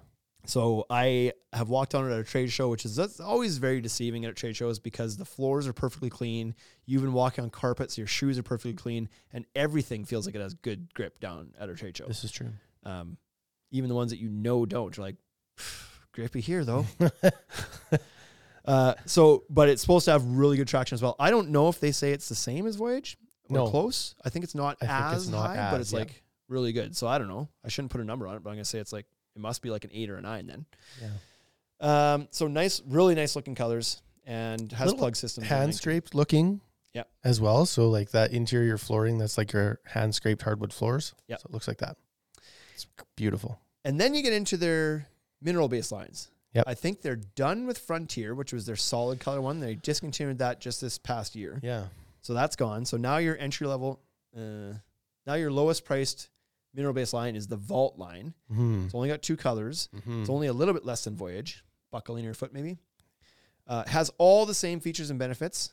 [SPEAKER 2] So I have walked on it at a trade show, which is that's always very deceiving at trade shows because the floors are perfectly clean. You've been walking on carpets, your shoes are perfectly clean, and everything feels like it has good grip down at a trade show.
[SPEAKER 3] This is true.
[SPEAKER 2] Um, even the ones that you know don't, you're like, grippy here though. Uh, so, but it's supposed to have really good traction as well. I don't know if they say it's the same as Voyage or
[SPEAKER 3] No.
[SPEAKER 2] close. I think it's not
[SPEAKER 3] I think
[SPEAKER 2] as
[SPEAKER 3] it's not
[SPEAKER 2] high, but
[SPEAKER 3] as,
[SPEAKER 2] it's
[SPEAKER 3] yeah.
[SPEAKER 2] like really good. So I don't know. I shouldn't put a number on it, but I'm gonna say it's like it must be like an eight or a nine then.
[SPEAKER 3] Yeah.
[SPEAKER 2] Um, so nice, really nice looking colors, and has
[SPEAKER 3] Little
[SPEAKER 2] plug systems. and
[SPEAKER 3] hand
[SPEAKER 2] everything.
[SPEAKER 3] scraped looking.
[SPEAKER 2] Yeah.
[SPEAKER 3] As well. So like that interior flooring that's like your hand scraped hardwood floors.
[SPEAKER 2] Yeah.
[SPEAKER 3] So it looks like that. It's beautiful.
[SPEAKER 2] And then you get into their mineral based lines.
[SPEAKER 3] Yep.
[SPEAKER 2] I think they're done with Frontier, which was their solid color one. They discontinued that just this past year.
[SPEAKER 3] Yeah.
[SPEAKER 2] So that's gone. So now your entry level, uh, now your lowest priced mineral based line is the Vault line.
[SPEAKER 3] hmm
[SPEAKER 2] It's only got two colors.
[SPEAKER 3] Mm. Mm-hmm.
[SPEAKER 2] It's only a little bit less than Voyage, buckle in your foot maybe. Uh, has all the same features and benefits,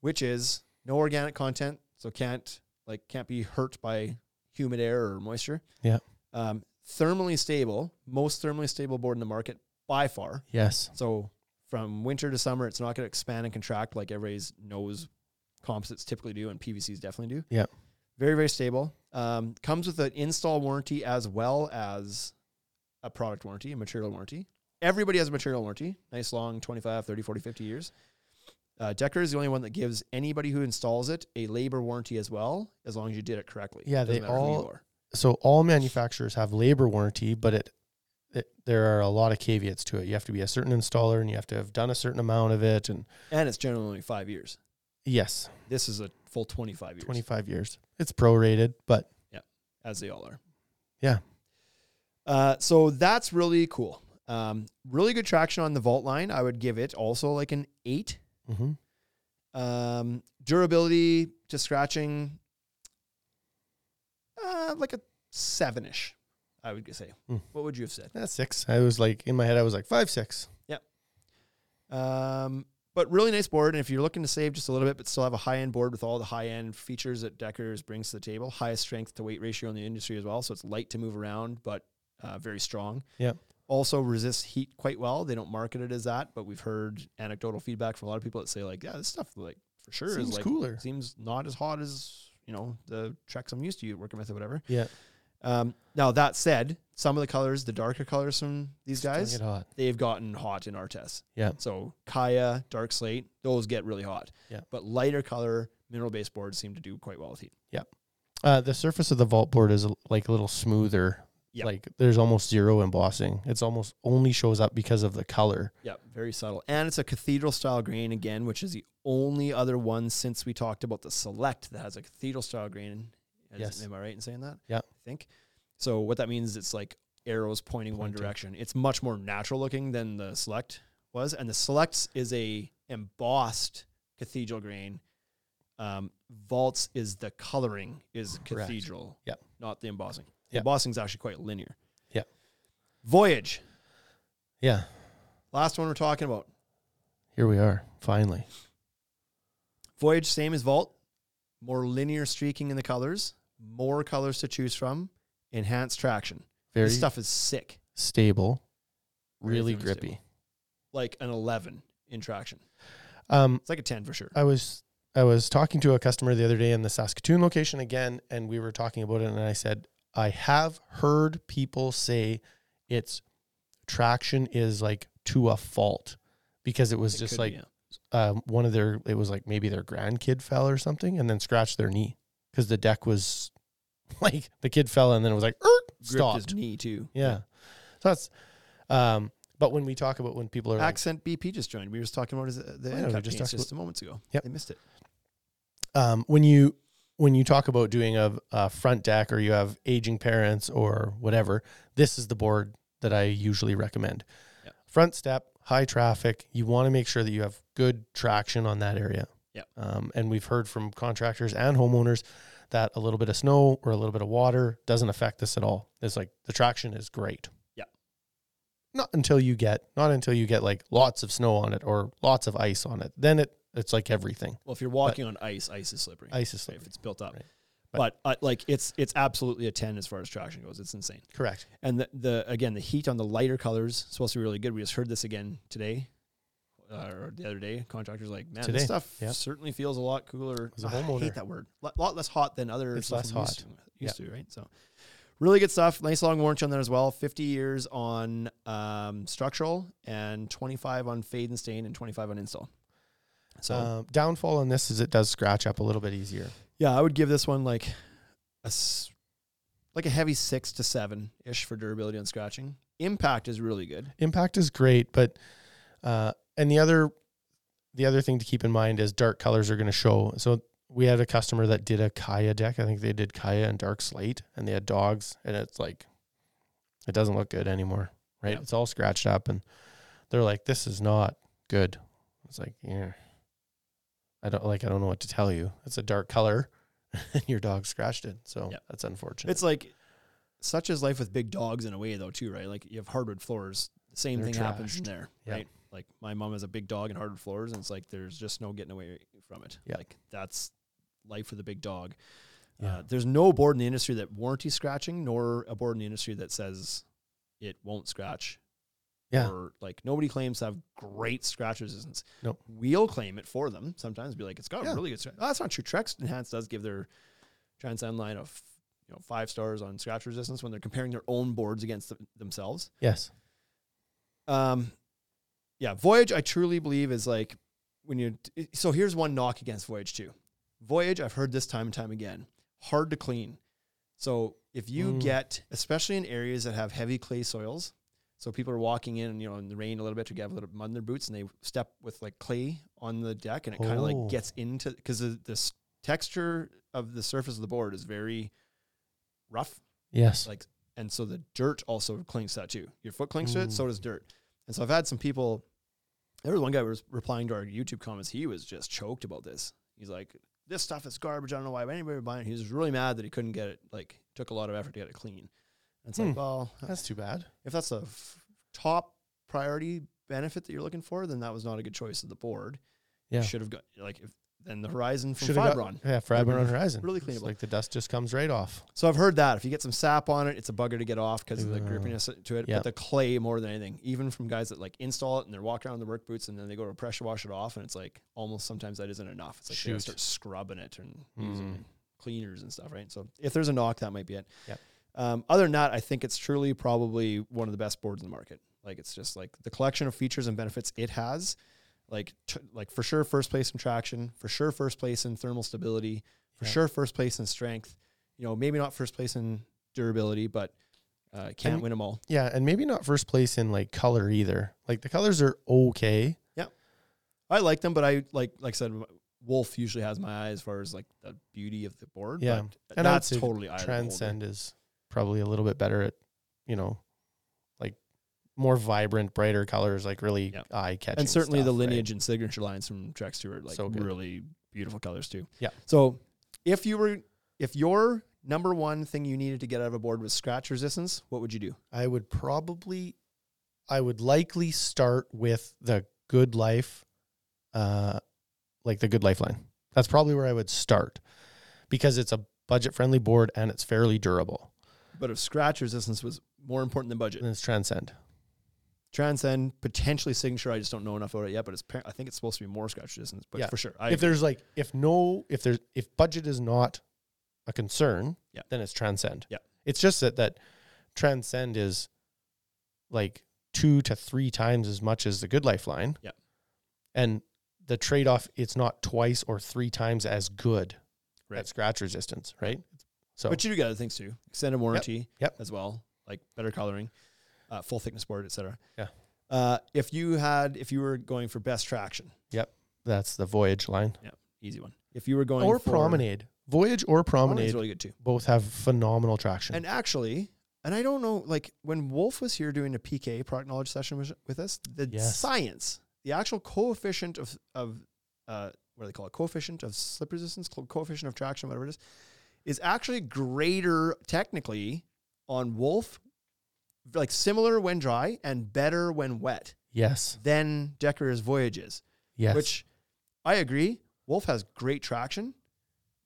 [SPEAKER 2] which is no organic content, so can't like can't be hurt by humid air or moisture.
[SPEAKER 3] Yeah.
[SPEAKER 2] Um, thermally stable, most thermally stable board in the market by far.
[SPEAKER 3] Yes.
[SPEAKER 2] So from winter to summer, it's not going to expand and contract like everybody's knows composites typically do and PVCs definitely do.
[SPEAKER 3] Yeah.
[SPEAKER 2] Very, very stable. Um, comes with an install warranty as well as a product warranty, a material warranty. Everybody has a material warranty. Nice long 25, 30, 40, 50 years. Uh, Decker is the only one that gives anybody who installs it a labor warranty as well, as long as you did it correctly.
[SPEAKER 3] Yeah, they
[SPEAKER 2] Doesn't matter who you
[SPEAKER 3] all-
[SPEAKER 2] are.
[SPEAKER 3] So all manufacturers have labor warranty, but it, it there are a lot of caveats to it. You have to be a certain installer and you have to have done a certain amount of it and
[SPEAKER 2] And it's generally only five years.
[SPEAKER 3] yes,
[SPEAKER 2] This is a full 25 years.
[SPEAKER 3] 25 years. It's prorated, but
[SPEAKER 2] as they all are.
[SPEAKER 3] Yeah.
[SPEAKER 2] Uh, so that's really cool. Um, really good traction on the vault line. I would give it also like an eight.
[SPEAKER 3] mhm.
[SPEAKER 2] Um, durability to scratching, uh, like a seven ish. I would say.
[SPEAKER 3] Hmm.
[SPEAKER 2] What would you have said?
[SPEAKER 3] That's six. I was like in my head I was like 5 6.
[SPEAKER 2] Um, but really nice board. And if you're looking to save just a little bit, but still have a high end board with all the high end features that Deckers brings to the table, highest strength to weight ratio in the industry as well. So it's light to move around, but uh, very strong.
[SPEAKER 3] Yep.
[SPEAKER 2] Also resists heat quite well. They don't market it as that, but we've heard anecdotal feedback from a lot of people that say like, yeah, this stuff like for sure
[SPEAKER 3] Seems
[SPEAKER 2] is like
[SPEAKER 3] cooler.
[SPEAKER 2] seems not as hot as you know the tracks I'm used to working with or whatever.
[SPEAKER 3] Yeah.
[SPEAKER 2] Um, now that said, some of the colors, the darker colors from these guys,
[SPEAKER 3] Get hot.
[SPEAKER 2] they've gotten hot in our tests.
[SPEAKER 3] Yeah.
[SPEAKER 2] So Kaya, Dark Slate, those get really hot.
[SPEAKER 3] Yeah.
[SPEAKER 2] But lighter color mineral based boards seem to do quite well with heat.
[SPEAKER 3] Uh, the surface of the vault board is like a little smoother
[SPEAKER 2] Yep.
[SPEAKER 3] Like there's almost zero embossing. It's almost only shows up because of the color.
[SPEAKER 2] Yeah, very subtle. And it's a cathedral style grain again, which is the only other one since we talked about the select that has a cathedral style grain. Is-
[SPEAKER 3] Yes.
[SPEAKER 2] Am I right in saying that?
[SPEAKER 3] Yeah.
[SPEAKER 2] I think. So what that means is it's like arrows pointing one
[SPEAKER 3] Pointing.
[SPEAKER 2] direction. It's much more natural looking than the select was. And the select is a embossed cathedral grain. Um, vaults is the coloring is
[SPEAKER 3] Correct.
[SPEAKER 2] cathedral,
[SPEAKER 3] Yeah.
[SPEAKER 2] not the embossing.
[SPEAKER 3] Yeah.
[SPEAKER 2] Embossing is actually quite linear.
[SPEAKER 3] Yeah.
[SPEAKER 2] Voyage.
[SPEAKER 3] Yeah.
[SPEAKER 2] Last one we're talking about.
[SPEAKER 3] Here we are. Finally.
[SPEAKER 2] Voyage, same as Vault. More linear streaking in the colors, more colors to choose from, enhanced traction.
[SPEAKER 3] Very
[SPEAKER 2] this stuff is sick.
[SPEAKER 3] stable.
[SPEAKER 2] Very
[SPEAKER 3] Really
[SPEAKER 2] thin and
[SPEAKER 3] grippy.
[SPEAKER 2] stable. Like an 11 in traction.
[SPEAKER 3] Um
[SPEAKER 2] It's like a 10 for sure.
[SPEAKER 3] I was I was talking to a customer the other day in the Saskatoon location again, and we were talking about it, and I said I have heard people say its traction is like to a fault because it was
[SPEAKER 2] It
[SPEAKER 3] just
[SPEAKER 2] could
[SPEAKER 3] like
[SPEAKER 2] be, yeah.
[SPEAKER 3] um, one of their it was like maybe their grandkid fell or something, and then scratched their knee because the deck was like the kid fell and then it was like "Er,"
[SPEAKER 2] Gripped his
[SPEAKER 3] stopped.
[SPEAKER 2] knee too.
[SPEAKER 3] Yeah, so that's. Um, but when we talk about when people are like,
[SPEAKER 2] Accent BP just joined. We were just talking about his, uh, the
[SPEAKER 3] Yeah,
[SPEAKER 2] end
[SPEAKER 3] we
[SPEAKER 2] cap
[SPEAKER 3] just
[SPEAKER 2] gains
[SPEAKER 3] talked
[SPEAKER 2] just a moment ago.
[SPEAKER 3] Yep.
[SPEAKER 2] They missed it.
[SPEAKER 3] um, when you when you talk about doing a, a front deck or you have aging parents or whatever, this is the board that I usually recommend.
[SPEAKER 2] Yep.
[SPEAKER 3] Front step, high traffic. You want to make sure that you have good traction on that area.
[SPEAKER 2] Yep.
[SPEAKER 3] Um, and we've heard from contractors and homeowners that a little bit of snow or a little bit of water doesn't affect this at all. It's like the traction is great.
[SPEAKER 2] Yep.
[SPEAKER 3] Not until you get not until you get like lots of snow on it or lots of ice on it. Then it it's like everything.
[SPEAKER 2] Well, if you're walking on ice, ice is slippery.
[SPEAKER 3] Ice is
[SPEAKER 2] right,
[SPEAKER 3] slippery.
[SPEAKER 2] If it's built up.
[SPEAKER 3] Right.
[SPEAKER 2] But, uh, like it's it's absolutely a 10 as far as traction goes. It's insane.
[SPEAKER 3] Correct.
[SPEAKER 2] And the, the again, the heat on the lighter colors is supposed to be really good. We just heard this again today uh, or the other day. Contractors like, man,
[SPEAKER 3] Today,
[SPEAKER 2] this stuff
[SPEAKER 3] yeah.
[SPEAKER 2] certainly feels a lot cooler.
[SPEAKER 3] As a
[SPEAKER 2] Ah, I
[SPEAKER 3] homeowner.
[SPEAKER 2] hate that word. A lot less hot than other.
[SPEAKER 3] It's
[SPEAKER 2] stuff
[SPEAKER 3] less
[SPEAKER 2] I'm used
[SPEAKER 3] hot.
[SPEAKER 2] to- Used to, right? So, really good stuff. Nice long warranty on that as well. Fifty years on um, structural and twenty five on fade and stain and twenty five on install. So
[SPEAKER 3] Um, downfall on this is it does scratch up a little bit easier.
[SPEAKER 2] yeah, I would give this one like a s- like a heavy six to seven ish for durability on scratching. Impact is really good.
[SPEAKER 3] Impact is great, but uh, and the other the other thing to keep in mind is dark colors are going to show. So we had a customer that did a Kaya deck. I think they did Kaya and dark slate, and they had dogs, and it's like it doesn't look good anymore, right?
[SPEAKER 2] Yeah.
[SPEAKER 3] It's all scratched up, and they're like, "This is not good." It's like, yeah, I don't like. I don't know what to tell you. It's a dark color, and your dog scratched it, so
[SPEAKER 2] Yep.
[SPEAKER 3] that's unfortunate.
[SPEAKER 2] It's like such is life with big dogs in a way though too, right? Like you have hardwood floors, the same
[SPEAKER 3] They're
[SPEAKER 2] thing happens in
[SPEAKER 3] trashed.
[SPEAKER 2] there,
[SPEAKER 3] Yeah.
[SPEAKER 2] right? Like my mom has a big dog and hardwood floors, and it's like there's just no getting away from it.
[SPEAKER 3] Yeah.
[SPEAKER 2] Like that's life with a big dog.
[SPEAKER 3] Yeah.
[SPEAKER 2] Uh, there's no board in the industry that warranty scratching, nor a board in the industry that says it won't scratch.
[SPEAKER 3] Yeah.
[SPEAKER 2] Or like nobody claims to have great scratch resistance.
[SPEAKER 3] Nope.
[SPEAKER 2] We'll claim it for them sometimes. Be like, it's got
[SPEAKER 3] Yeah.
[SPEAKER 2] really good scratch. Oh, that's not true. Trex Enhance does give their Transcend line of you know five stars on scratch resistance when they're comparing their own boards against them- themselves.
[SPEAKER 3] yes.
[SPEAKER 2] Um, yeah, Voyage, I truly believe is like when you. So here's one knock against Voyage too. Voyage, I've heard this time and time again, hard to clean. So if you
[SPEAKER 3] Mm.
[SPEAKER 2] get, especially in areas that have heavy clay soils, so people are walking in, and you know, in the rain a little bit, you have a little mud in their boots, and they step with like clay on the deck, and it kind of
[SPEAKER 3] Oh.
[SPEAKER 2] like gets into because the, the s- texture of the surface of the board is very rough
[SPEAKER 3] Yes.
[SPEAKER 2] like and so the dirt also clings to that too your foot clings to it so
[SPEAKER 3] Mm.
[SPEAKER 2] does dirt and so i've had some people there was one guy who was replying to our youtube comments he was just choked about this he's like this stuff is garbage i don't know why anybody would buy it he was really mad that he couldn't get it like took a lot of effort to get it clean and it's
[SPEAKER 3] Hmm.
[SPEAKER 2] like well
[SPEAKER 3] That's too bad.
[SPEAKER 2] if that's a f- top priority benefit that you're looking for then that was not a good choice of the board
[SPEAKER 3] Yeah.
[SPEAKER 2] you should have got like if then the horizon from
[SPEAKER 3] Should have
[SPEAKER 2] Fibron.
[SPEAKER 3] got- Yeah, Fibron
[SPEAKER 2] been
[SPEAKER 3] Horizon.
[SPEAKER 2] really
[SPEAKER 3] It's
[SPEAKER 2] cleanable.
[SPEAKER 3] Like the dust just comes right off.
[SPEAKER 2] So I've heard that if you get some sap on it, it's a bugger to get off because of the
[SPEAKER 3] Uh,
[SPEAKER 2] grippiness to it.
[SPEAKER 3] yeah.
[SPEAKER 2] But the clay more than anything, even from guys that like install it and they're walking around in the work boots and then they go to pressure wash it off and it's like almost sometimes that isn't enough. It's like they gotta
[SPEAKER 3] Shoot.
[SPEAKER 2] start scrubbing it and
[SPEAKER 3] Mm.
[SPEAKER 2] using cleaners and stuff, right? So if there's a knock, that might be it.
[SPEAKER 3] Yep.
[SPEAKER 2] Um, other than that, I think it's truly probably one of the best boards in the market. Like it's just like the collection of features and benefits it has, like t- like for sure first place in traction, for sure first place in thermal stability, for
[SPEAKER 3] Yeah.
[SPEAKER 2] sure first place in strength. You know, maybe not first place in durability, but Uh, can't 'em
[SPEAKER 3] And-
[SPEAKER 2] win them all.
[SPEAKER 3] Yeah, and maybe not first place in like color either. Like the colors are okay.
[SPEAKER 2] I like them, but I like like I said, Wolf usually has my eye as far as like the beauty of the board.
[SPEAKER 3] Yeah.
[SPEAKER 2] but
[SPEAKER 3] And I would
[SPEAKER 2] that's
[SPEAKER 3] say
[SPEAKER 2] totally eye to beholder.
[SPEAKER 3] Transcend is probably a little bit better at, you know, like more vibrant, brighter colors, like really
[SPEAKER 2] Yeah.
[SPEAKER 3] eye catching.
[SPEAKER 2] and certainly the lineage and signature lines from Trek Stewart, like
[SPEAKER 3] So good.
[SPEAKER 2] really beautiful colors too.
[SPEAKER 3] Yeah.
[SPEAKER 2] So if you were, if your number one thing you needed to get out of a board was scratch resistance, what would you do?
[SPEAKER 3] I would probably, I would likely start with the good life, uh, like the good life line. That's probably where I would start because it's a budget friendly board and it's fairly durable.
[SPEAKER 2] But if scratch resistance was more important than budget,
[SPEAKER 3] And it's transcend.
[SPEAKER 2] transcend potentially signature. I just don't know enough about it yet, but it's par- I think it's supposed to be more scratch resistance. But
[SPEAKER 3] Yeah.
[SPEAKER 2] for sure, I
[SPEAKER 3] if there's like if no if there's if budget is not a concern,
[SPEAKER 2] Yeah.
[SPEAKER 3] then it's transcend.
[SPEAKER 2] Yeah.
[SPEAKER 3] It's just that that transcend is like two to three times as much as the good life line.
[SPEAKER 2] Yeah.
[SPEAKER 3] And the trade off it's not twice or three times as good
[SPEAKER 2] Right.
[SPEAKER 3] at scratch resistance, right? So
[SPEAKER 2] But you do get other things too. Extended warranty
[SPEAKER 3] yep.
[SPEAKER 2] as well, like better coloring, uh, full thickness board, etc.
[SPEAKER 3] Yeah.
[SPEAKER 2] Uh, if you had, if you were going for best traction,
[SPEAKER 3] that's the voyage line.
[SPEAKER 2] easy one. If you were going
[SPEAKER 3] Or
[SPEAKER 2] for
[SPEAKER 3] promenade. Voyage or promenade
[SPEAKER 2] Promenade's really good too.
[SPEAKER 3] both have phenomenal traction.
[SPEAKER 2] And actually, and I don't know, like when Wolf was here doing a PK product knowledge session with, with us, the
[SPEAKER 3] Yes.
[SPEAKER 2] science, the actual coefficient of of uh, what do they call it? Coefficient of slip resistance, co- coefficient of traction, whatever it is, is actually greater technically on Wolf, like similar when dry and better when wet
[SPEAKER 3] yes.
[SPEAKER 2] than Decor's Voyages
[SPEAKER 3] Yes.
[SPEAKER 2] which I agree. Wolf has great traction,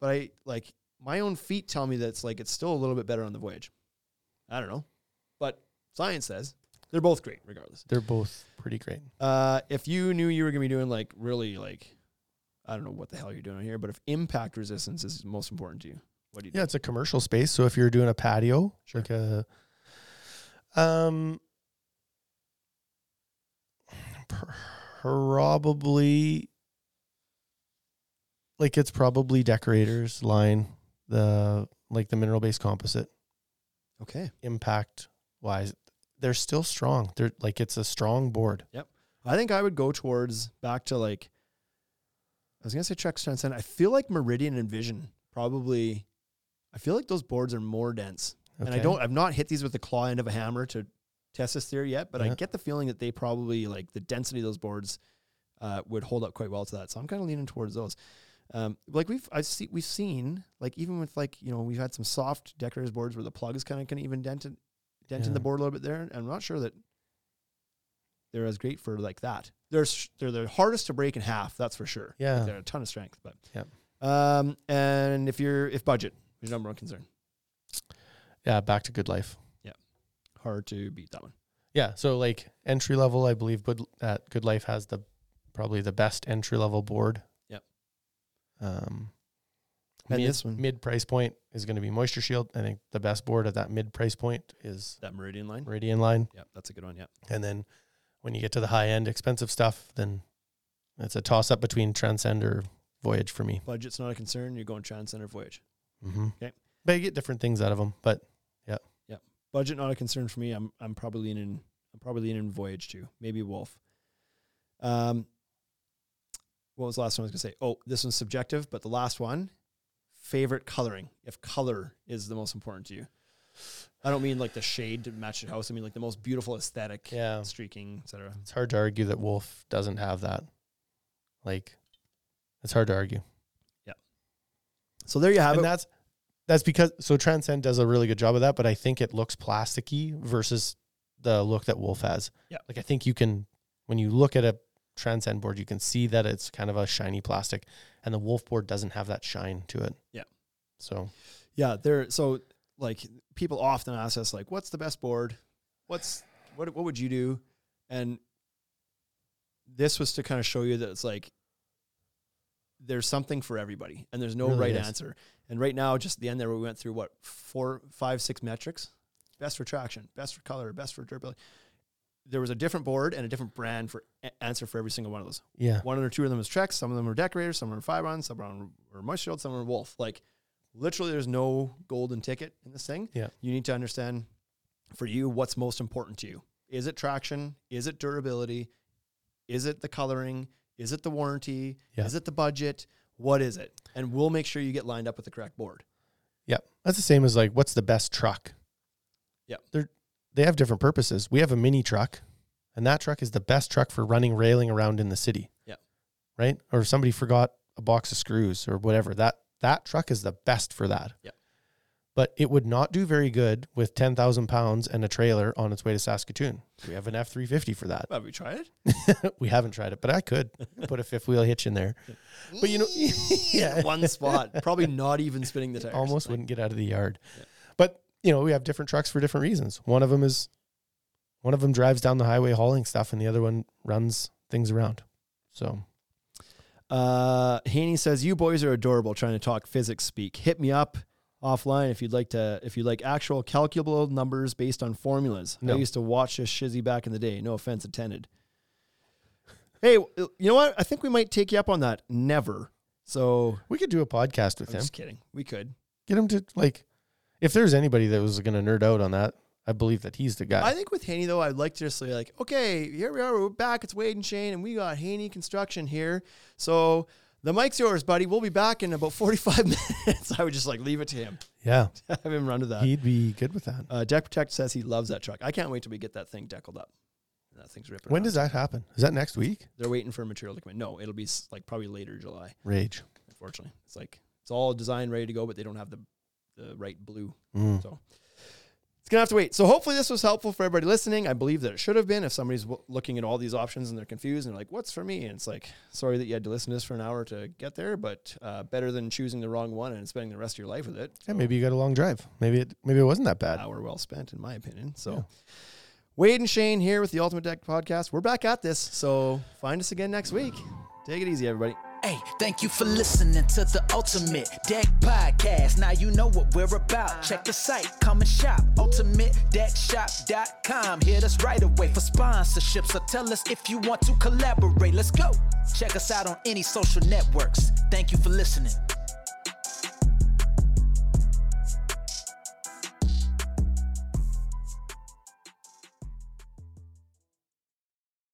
[SPEAKER 2] but I like my own feet tell me that's like it's still a little bit better on the voyage. I don't know, but science says they're both great regardless.
[SPEAKER 3] they're both pretty great.
[SPEAKER 2] Uh, if you knew you were gonna be doing like really like, I don't know what the hell you're doing here, but if impact resistance is most important to you, what do you do?
[SPEAKER 3] Yeah, it's a commercial space. So if you're doing a patio,
[SPEAKER 2] Sure.
[SPEAKER 3] like a, um, probably, like it's probably decorators line the like the mineral based composite
[SPEAKER 2] Okay,
[SPEAKER 3] impact wise. They're still strong. They're like it's a strong board.
[SPEAKER 2] I think I would go towards back to like. I was gonna say Trek Transcend. I feel like Meridian and Vision probably. I feel like those boards are more dense. And I
[SPEAKER 3] Okay.
[SPEAKER 2] don't, I've not hit these with the claw end of a hammer to test this theory yet, but I
[SPEAKER 3] Yeah.
[SPEAKER 2] get the feeling that they probably like the density of those boards uh, would hold up quite well to that. So I'm kind of leaning towards those. Um, like we've, I see, we've seen like even with like you know we've had some soft decorators boards where the plug is kind of can even dent it, dent in
[SPEAKER 3] Yeah.
[SPEAKER 2] the board a little bit there. And I'm not sure that they're as great for like that. They're s- they're the hardest to break in half, that's for sure.
[SPEAKER 3] Yeah.
[SPEAKER 2] They're a ton of strength, but
[SPEAKER 3] Yep.
[SPEAKER 2] Um, and if you're if budget, your number one concern,
[SPEAKER 3] yeah. Back to good life.
[SPEAKER 2] hard to beat that one.
[SPEAKER 3] Yeah. So like entry level, I believe good that Good Life has the probably the best entry level board.
[SPEAKER 2] Yep.
[SPEAKER 3] Um
[SPEAKER 2] And
[SPEAKER 3] mid,
[SPEAKER 2] this one.
[SPEAKER 3] mid price point is going to be Moisture Shield. I think the best board at that mid price point is
[SPEAKER 2] That meridian line.
[SPEAKER 3] Meridian Line.
[SPEAKER 2] Yeah, that's a good one. Yeah.
[SPEAKER 3] And then when you get to the high end expensive stuff, then it's a toss up between Transcend or Voyage for me.
[SPEAKER 2] Budget's not a concern. You're going Transcend or Voyage.
[SPEAKER 3] Mm-hmm.
[SPEAKER 2] Okay.
[SPEAKER 3] But you get different things out of them. But
[SPEAKER 2] Budget not a concern for me. I'm I'm probably leaning I'm probably leaning Voyage too. Maybe Wolf. Um what was the last one I was gonna say? Oh, this one's subjective, but the last one, favorite coloring. If color is the most important to you. I don't mean like the shade to match your house. I mean like the most beautiful aesthetic,
[SPEAKER 3] yeah,
[SPEAKER 2] streaking, etc.
[SPEAKER 3] it's hard to argue that Wolf doesn't have that. Like, it's hard to argue.
[SPEAKER 2] So there you have
[SPEAKER 3] and
[SPEAKER 2] it.
[SPEAKER 3] that's that's because so transcend does a really good job of that but i think it looks plasticky versus the look that wolf has
[SPEAKER 2] Yeah.
[SPEAKER 3] like i think you can when you look at a transcend board you can see that it's kind of a shiny plastic and the wolf board doesn't have that shine to it
[SPEAKER 2] Yeah.
[SPEAKER 3] so
[SPEAKER 2] Yeah, there. So like people often ask us like, what's the best board? What's what? What would you do? And this was to kind of show you that it's like there's something for everybody, and there's no
[SPEAKER 3] Really
[SPEAKER 2] right
[SPEAKER 3] is.
[SPEAKER 2] answer. And right now, just at the end there, we went through what four, five, six metrics: best for traction, best for color, best for durability. There was a different board and a different brand for a- answer for every single one of those
[SPEAKER 3] yeah
[SPEAKER 2] one or two of them was Trex, some of them were decorators, some were Fibron, some were, on- were Moisture Shield, some were Wolf. Like literally, there's no golden ticket in this thing.
[SPEAKER 3] Yeah.
[SPEAKER 2] You need to understand for you what's most important to you. Is it traction? Is it durability? Is it the coloring? Is it the warranty?
[SPEAKER 3] Yeah.
[SPEAKER 2] Is it the budget? What is it? And we'll make sure you get lined up with the correct board.
[SPEAKER 3] Yeah. That's the same as like, what's the best truck?
[SPEAKER 2] Yep.
[SPEAKER 3] They're, they have different purposes. We have a mini truck, and that truck is the best truck for running railing around in the city.
[SPEAKER 2] Yep.
[SPEAKER 3] Right? Or if somebody forgot a box of screws or whatever. That that truck is the best for that.
[SPEAKER 2] Yep.
[SPEAKER 3] But it would not do very good with ten thousand pounds and a trailer on its way to Saskatoon. We have an F three fifty for that.
[SPEAKER 2] Have we tried it?
[SPEAKER 3] we haven't tried it, but I could put a fifth wheel hitch in there. But you know, yeah,
[SPEAKER 2] One spot, probably not even spinning the tires.
[SPEAKER 3] almost wouldn't get out of the yard. But you know, we have different trucks for different reasons. One of them is, one of them drives down the highway hauling stuff, and the other one runs things around. So
[SPEAKER 2] Uh, Haney says, "You boys are adorable. Trying to talk physics speak. Hit me up offline if you'd like to. If you like actual calculable numbers based on formulas.
[SPEAKER 3] No.
[SPEAKER 2] I used to watch this shizzy back in the day. No offense intended. Hey, w- you know what? I think we might take you up on that. Never. So
[SPEAKER 3] we could do a podcast with
[SPEAKER 2] I'm
[SPEAKER 3] him.
[SPEAKER 2] just kidding. We could.
[SPEAKER 3] Get him to like, if there's anybody that was going to nerd out on that, I believe that he's the guy.
[SPEAKER 2] I think with Haney though, I'd like to just say like, okay, here we are, we're back. It's Wade and Shane, and we got Haney Construction here. So the mic's yours, buddy. We'll be back in about 45 minutes. I would just like leave it to him.
[SPEAKER 3] yeah,
[SPEAKER 2] Have him run to that.
[SPEAKER 3] he'd be good with that.
[SPEAKER 2] Uh, Deck Protect says he loves that truck. I can't wait till we get that thing deckled up. That thing's ripping.
[SPEAKER 3] When
[SPEAKER 2] around.
[SPEAKER 3] does that happen? Is that next week?
[SPEAKER 2] they're waiting for material to come in? No, it'll be s- like probably later July.
[SPEAKER 3] Rage.
[SPEAKER 2] Unfortunately, it's like it's all designed ready to go, but they don't have the the right blue.
[SPEAKER 3] Mm.
[SPEAKER 2] So it's gonna have to wait. So hopefully this was helpful for everybody listening. I believe that it should have been. If somebody's w- looking at all these options and they're confused and they're like, "What's for me?" and it's like, "Sorry that you had to listen to this for an hour to get there," but uh, better than choosing the wrong one and spending the rest of your life with it.
[SPEAKER 3] Yeah, maybe you got a long drive. Maybe it maybe it wasn't that bad.
[SPEAKER 2] hour well spent, in my opinion. So,
[SPEAKER 3] Yeah.
[SPEAKER 2] Wade and Shane here with the Ultimate Deck Podcast. We're back at this. So, find us again next week. Take it easy, everybody.
[SPEAKER 1] Hey, thank you for listening to the Ultimate Deck Podcast. Now you know what we're about. Check the site, come and shop. UltimateDeckShop.com. Hit us right away for sponsorships or tell us if you want to collaborate. Let's go. Check us out on any social networks. Thank you for listening.